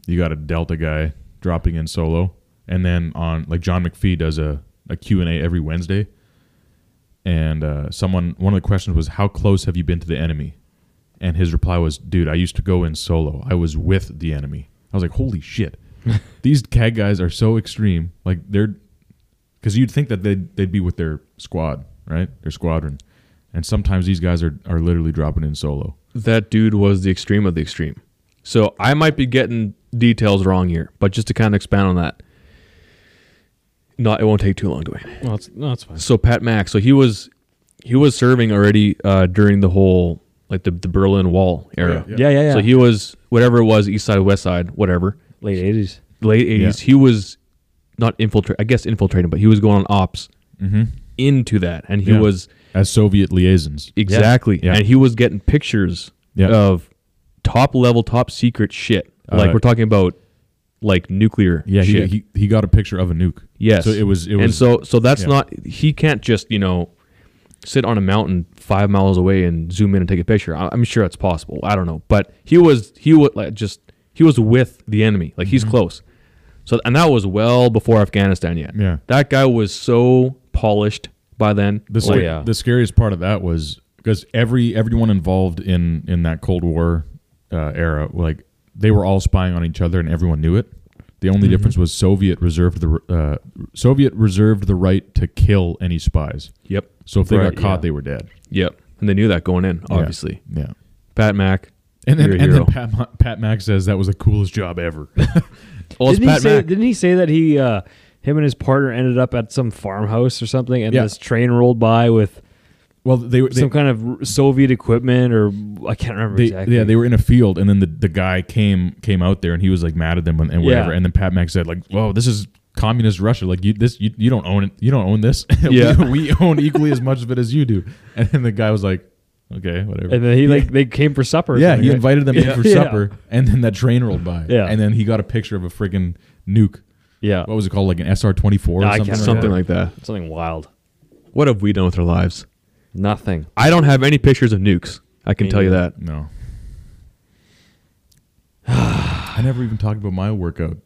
E: You got a Delta guy dropping in solo and then on like John McPhee does a a Q&A every Wednesday. And uh, someone one of the questions was how close have you been to the enemy? And his reply was, "Dude, I used to go in solo. I was with the enemy." I was like, "Holy shit!" These CAG guys are so extreme. Like they're, because you'd think that they'd they'd be with their squad, right? Their squadron, and sometimes these guys are are literally dropping in solo.
F: that dude was the extreme of the extreme. So I might be getting details wrong here, but just to kind of expand on that, not it won't take too long, Dwayne.
D: No, it's, no, it's fine.
F: So Pat Mack, so he was he was serving already uh, during the whole like the, the Berlin Wall era.
E: Yeah,
D: Yeah, yeah, yeah.
F: So he was whatever it was, East Side, West Side, whatever,
D: late '80s.
F: late eighties.
E: Yeah.
F: He was not infiltrate, I guess infiltrating, but he was going on ops into that, and he
E: Yeah.
F: was
E: as Soviet liaisons.
F: Exactly.
E: Yeah.
F: And he was getting pictures
E: Yeah.
F: of top level, top secret shit. Like
E: Uh,
F: we're talking about like nuclear
E: Yeah, he,
F: shit.
E: he he got a picture of a nuke.
F: yes.
E: So it was it was
F: and so so that's
E: yeah.
F: not he can't just, you know, sit on a mountain five miles away and zoom in and take a picture. I, I'm sure it's possible. I don't know. But he was he was like just he was with the enemy. Like
E: Mm-hmm.
F: he's close. So and that was well before Afghanistan yet.
E: Yeah.
F: That guy was so polished by then.
E: the,
D: Oh,
E: scar-
D: yeah.
E: the scariest part of that was because every everyone involved in in that Cold War uh, era, like they were all spying on each other and everyone knew it. The only
F: Mm-hmm.
E: difference was Soviet reserved the r- uh, Soviet reserved the right to kill any spies.
F: Yep.
E: So if they
D: Right,
E: got caught,
D: yeah.
E: they were dead.
F: Yep. And they knew that going in,
E: Yeah.
F: obviously.
E: Yeah.
F: Pat Mack.
E: And then,
F: You're a
E: and then
F: hero.
E: Pat, Ma- Pat Mack says that was the coolest job ever.
F: Well, it's
D: didn't, he
F: Pat
D: say,
F: Mack.
D: didn't he say that he, uh, him and his partner ended up at some farmhouse or something, and
E: Yeah.
D: this train rolled by with
E: well, they were they,
D: some kind of Soviet equipment, or I can't remember
E: they-
D: exactly.
E: yeah they were in a field, and then the, the guy came came out there, and he was like mad at them and, and
D: Yeah.
E: whatever. And then Pat Mack said like, "Whoa, this is communist Russia. Like you this you, you don't own it. You don't own this.
F: Yeah.
E: we, we own equally as much of it as you do." And then the guy was like, "Okay, whatever."
D: and then he like they came for supper. or
E: yeah,
D: something,
E: he
D: right?
E: invited them
D: Yeah.
E: in for
D: Yeah.
E: supper, and then that train rolled by.
D: Yeah.
E: and then he got a picture of a friggin' nuke.
D: Yeah,
E: What was it called? Like an SR twenty four or
D: Yeah, I
E: something.
D: can't
E: like that?
F: Something like that.
D: something wild.
F: What have we done with our lives?
D: Nothing.
F: I don't have any pictures of nukes. I can tell you that.
E: No. I never even talked about my workout.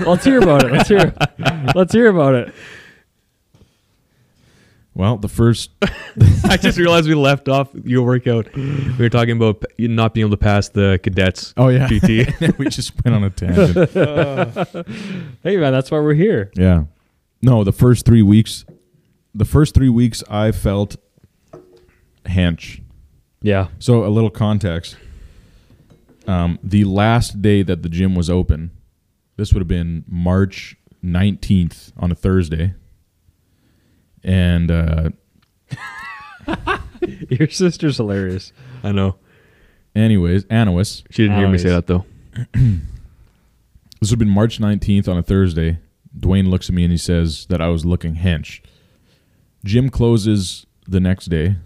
D: Let's hear about it. Let's hear. Let's hear about it.
E: Well, the first
F: I just realized we left off your workout. We were talking about p- you not being able to pass the cadets.
E: Oh yeah.
F: PT.
E: we just went on a tangent.
D: Hey man, that's why we're here.
E: yeah. No, the first 3 weeks the first 3 weeks I felt hench.
D: Yeah.
E: So a little context. Um, the last day that the gym was open, this would have been March 19th on a Thursday. And uh
D: Your sister's hilarious.
F: I know.
E: anyways, Anouis,
F: She didn't hear me say
D: Always.
F: that though.
E: This would have been March 19th on a Thursday. Dwayne looks at me and he says that I was looking hench. Gym closes the next day.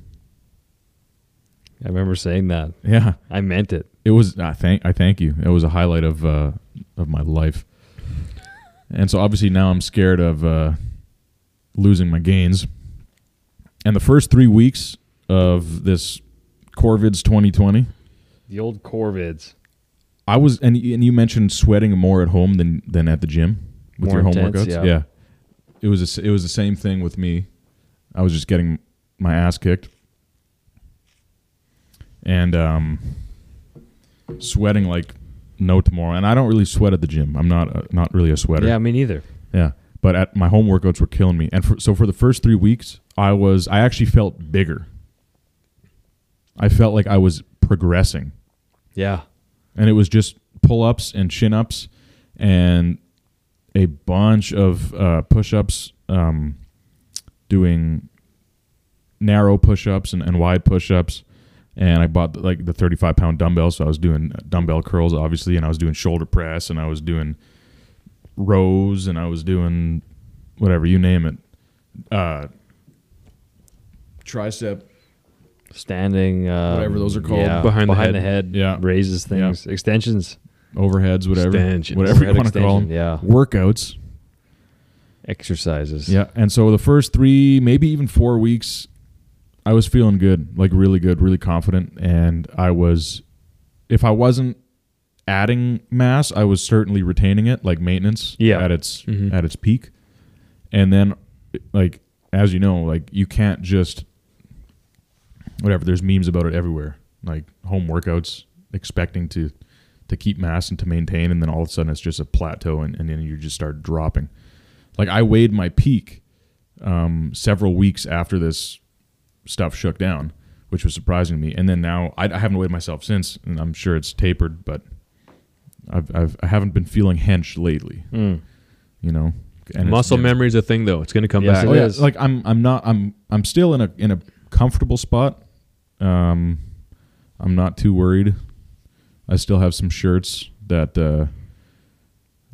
D: I remember saying that.
E: Yeah,
D: I meant it.
E: it was. I thank. I thank you. It was a highlight of uh, of my life. And so obviously now I'm scared of uh, losing my gains. And the first three weeks of this Corvids 2020,
D: The old Corvids.
E: I was and y- and you mentioned sweating more at home than than at the gym with
D: More
E: your home
D: intense,
E: workouts.
D: yeah.
E: it was a s it was the same thing with me. I was just getting my ass kicked and um, sweating like no tomorrow. And I don't really sweat at the gym. I'm not uh, not really a sweater.
D: Yeah, me neither.
E: Yeah. But at my home workouts were killing me. And for, so for the first three weeks, I was I actually felt bigger. I felt like I was progressing
D: Yeah.
E: and it was just pull ups and chin ups and a bunch of uh, push ups, um, doing narrow push ups and, and wide push ups. And I bought like the 35 pound dumbbell, so I was doing dumbbell curls, obviously, and I was doing shoulder press and I was doing rows and I was doing whatever you name it. Uh, tricep
D: Standing. Um,
E: Whatever those are called.
D: yeah,
F: Behind the
D: behind
F: head.
D: the head.
E: Yeah.
D: Raises
E: Yeah.
D: things. Extensions.
E: overheads whatever
F: Extensions.
E: whatever you
D: Overhead
E: want to call
D: extension, yeah.
E: them workouts
D: Exercises.
E: Yeah, and so the first three, maybe even four weeks, I was feeling good, like really good, really confident, and I was, if I wasn't adding mass, I was certainly retaining it, like maintenance,
D: Yeah.
E: at its
F: Mhm.
E: at its peak, and then, like as you know, like you can't just whatever. There's memes about it everywhere, like home workouts, expecting to to keep mass and to maintain, and then all of a sudden it's just a plateau, and, and then you just start dropping like I weighed my peak um, several weeks after this stuff shook down, which was surprising to me. And then now I, I haven't weighed myself since, and I'm sure it's tapered, but I've, I've I haven't been feeling hench lately.
D: Mm.
E: You know, And it's-
F: Hmm. Muscle memory is a thing though. It's going to come
D: Yes,
F: back.
D: it
E: Oh yeah,
D: is.
E: like I'm I'm not I'm I'm still in a in a comfortable spot. Um, I'm not too worried. I still have some shirts that uh,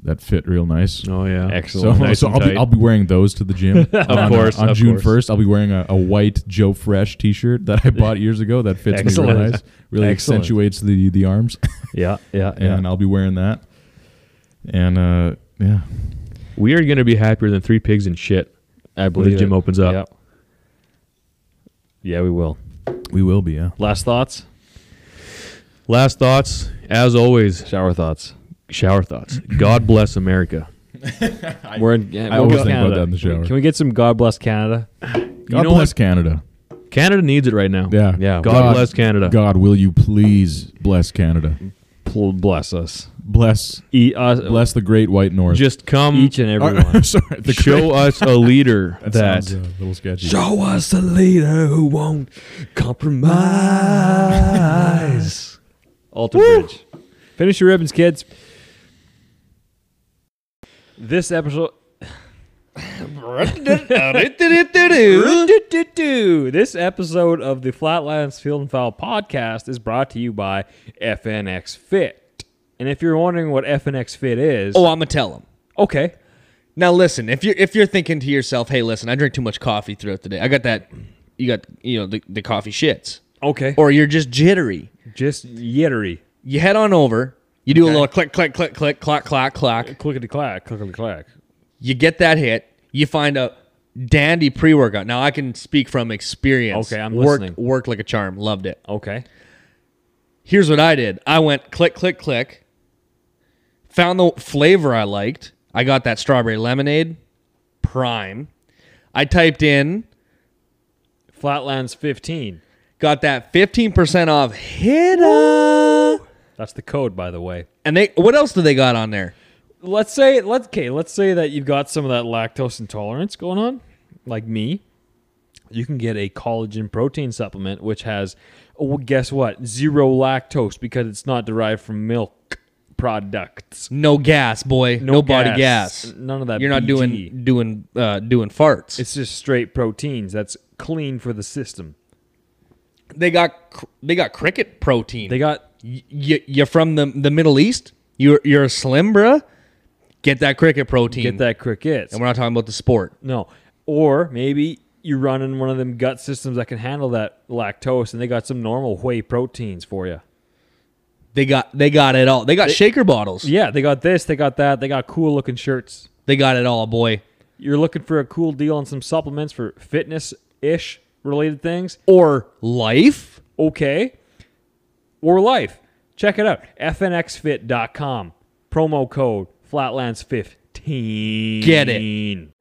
E: that fit real nice.
F: Oh yeah.
E: So,
D: Excellent.
F: Nice
E: so
F: and
E: I'll, be,
F: tight.
E: I'll be wearing those to the gym. of on,
F: course,
E: On
F: of
E: June
F: course.
E: 1st, I'll be wearing a, a white Joe Fresh t shirt that I bought years ago that fits me really
D: Excellent.
E: nice. Really
D: Excellent.
E: accentuates the, the arms.
D: Yeah. Yeah. Yeah.
E: and I'll be wearing that. And uh, yeah.
F: We are going to be happier than three pigs in shit.
D: I
F: When
D: believe
F: the gym
D: it.
F: opens up.
D: Yep. Yeah, we will.
E: We will be, yeah.
D: Last thoughts.
F: Last thoughts, as always,
D: Shower thoughts.
F: shower thoughts. God bless America.
D: We're in. Yeah,
E: I
D: we're
E: always
D: in
E: think about
D: Canada.
E: that in the
D: Can we-
E: shower.
D: Can we get some God bless Canada?
E: God
F: know
E: bless Canada.
F: Canada needs it right now.
E: Yeah.
D: Yeah.
F: God, bless Canada.
E: God, will you please bless Canada?
D: Pl- bless us.
E: Bless,
D: Eat us.
E: bless the great white north.
F: Just come
D: each and every one.
E: sorry, the
F: show us a leader that,
E: great- sounds a little sketchy.
D: Show us a leader who won't compromise. Alter Bridge. Finish your ribbons, kids. This episode. this episode of the Flatlands Field and Foul podcast is brought to you by FNX Fit. And if you're wondering what FNX Fit is,
G: Oh, I'm gonna tell him.
D: okay.
G: Now listen, if you're if you're thinking to yourself, hey, listen, I drink too much coffee throughout the day. I got that. You got you know the, the coffee shits,
D: Okay. Or
G: or you're just jittery.
D: just yittery.
G: You head on over. You do a little click, click, click, click, clock, clock, clock.
D: Clickety clack, clickety clack.
G: You get that hit. You find a dandy pre workout. Now I can speak from experience.
D: Okay, I'm
G: worked,
D: listening.
G: Worked like a charm. Loved it.
D: Okay.
G: Here's what I did. I went click, click, click. Found the flavor I liked. I got that strawberry lemonade, prime. I typed in
D: Flatlands 15.
G: got that 15% off Hitta.
D: That's the code, by the way.
G: And they what else do they got on there?
D: Let's say let's okay, let's say that you've got some of that lactose intolerance going on, like me. You can get a collagen protein supplement which has oh, well, guess what? Zero lactose because it's not derived from milk products.
G: No gas, boy. No, body gas.
D: None of that
G: You're not
D: BG.
G: doing doing uh, doing farts.
D: Uh, It's just straight proteins that's clean for the system.
G: they got cr- they got cricket protein.
D: They got
G: y- y- you're from the the Middle East. You're you're slim, bruh. Get that cricket protein.
D: get that crickets.
G: And we're not talking about the sport.
D: No. Or maybe you're running one of them gut systems that can handle that lactose and they got some normal whey proteins for you.
G: They got they got it all. They got shaker bottles.
D: Yeah, they got this, they got that, they got cool looking shirts.
G: They got it all, boy.
D: You're looking for a cool deal on some supplements for fitness ish related things.
G: Or life.
D: Okay. Or life. Check it out. FNXFit.com. Promo code Flatlands15.
G: Get it.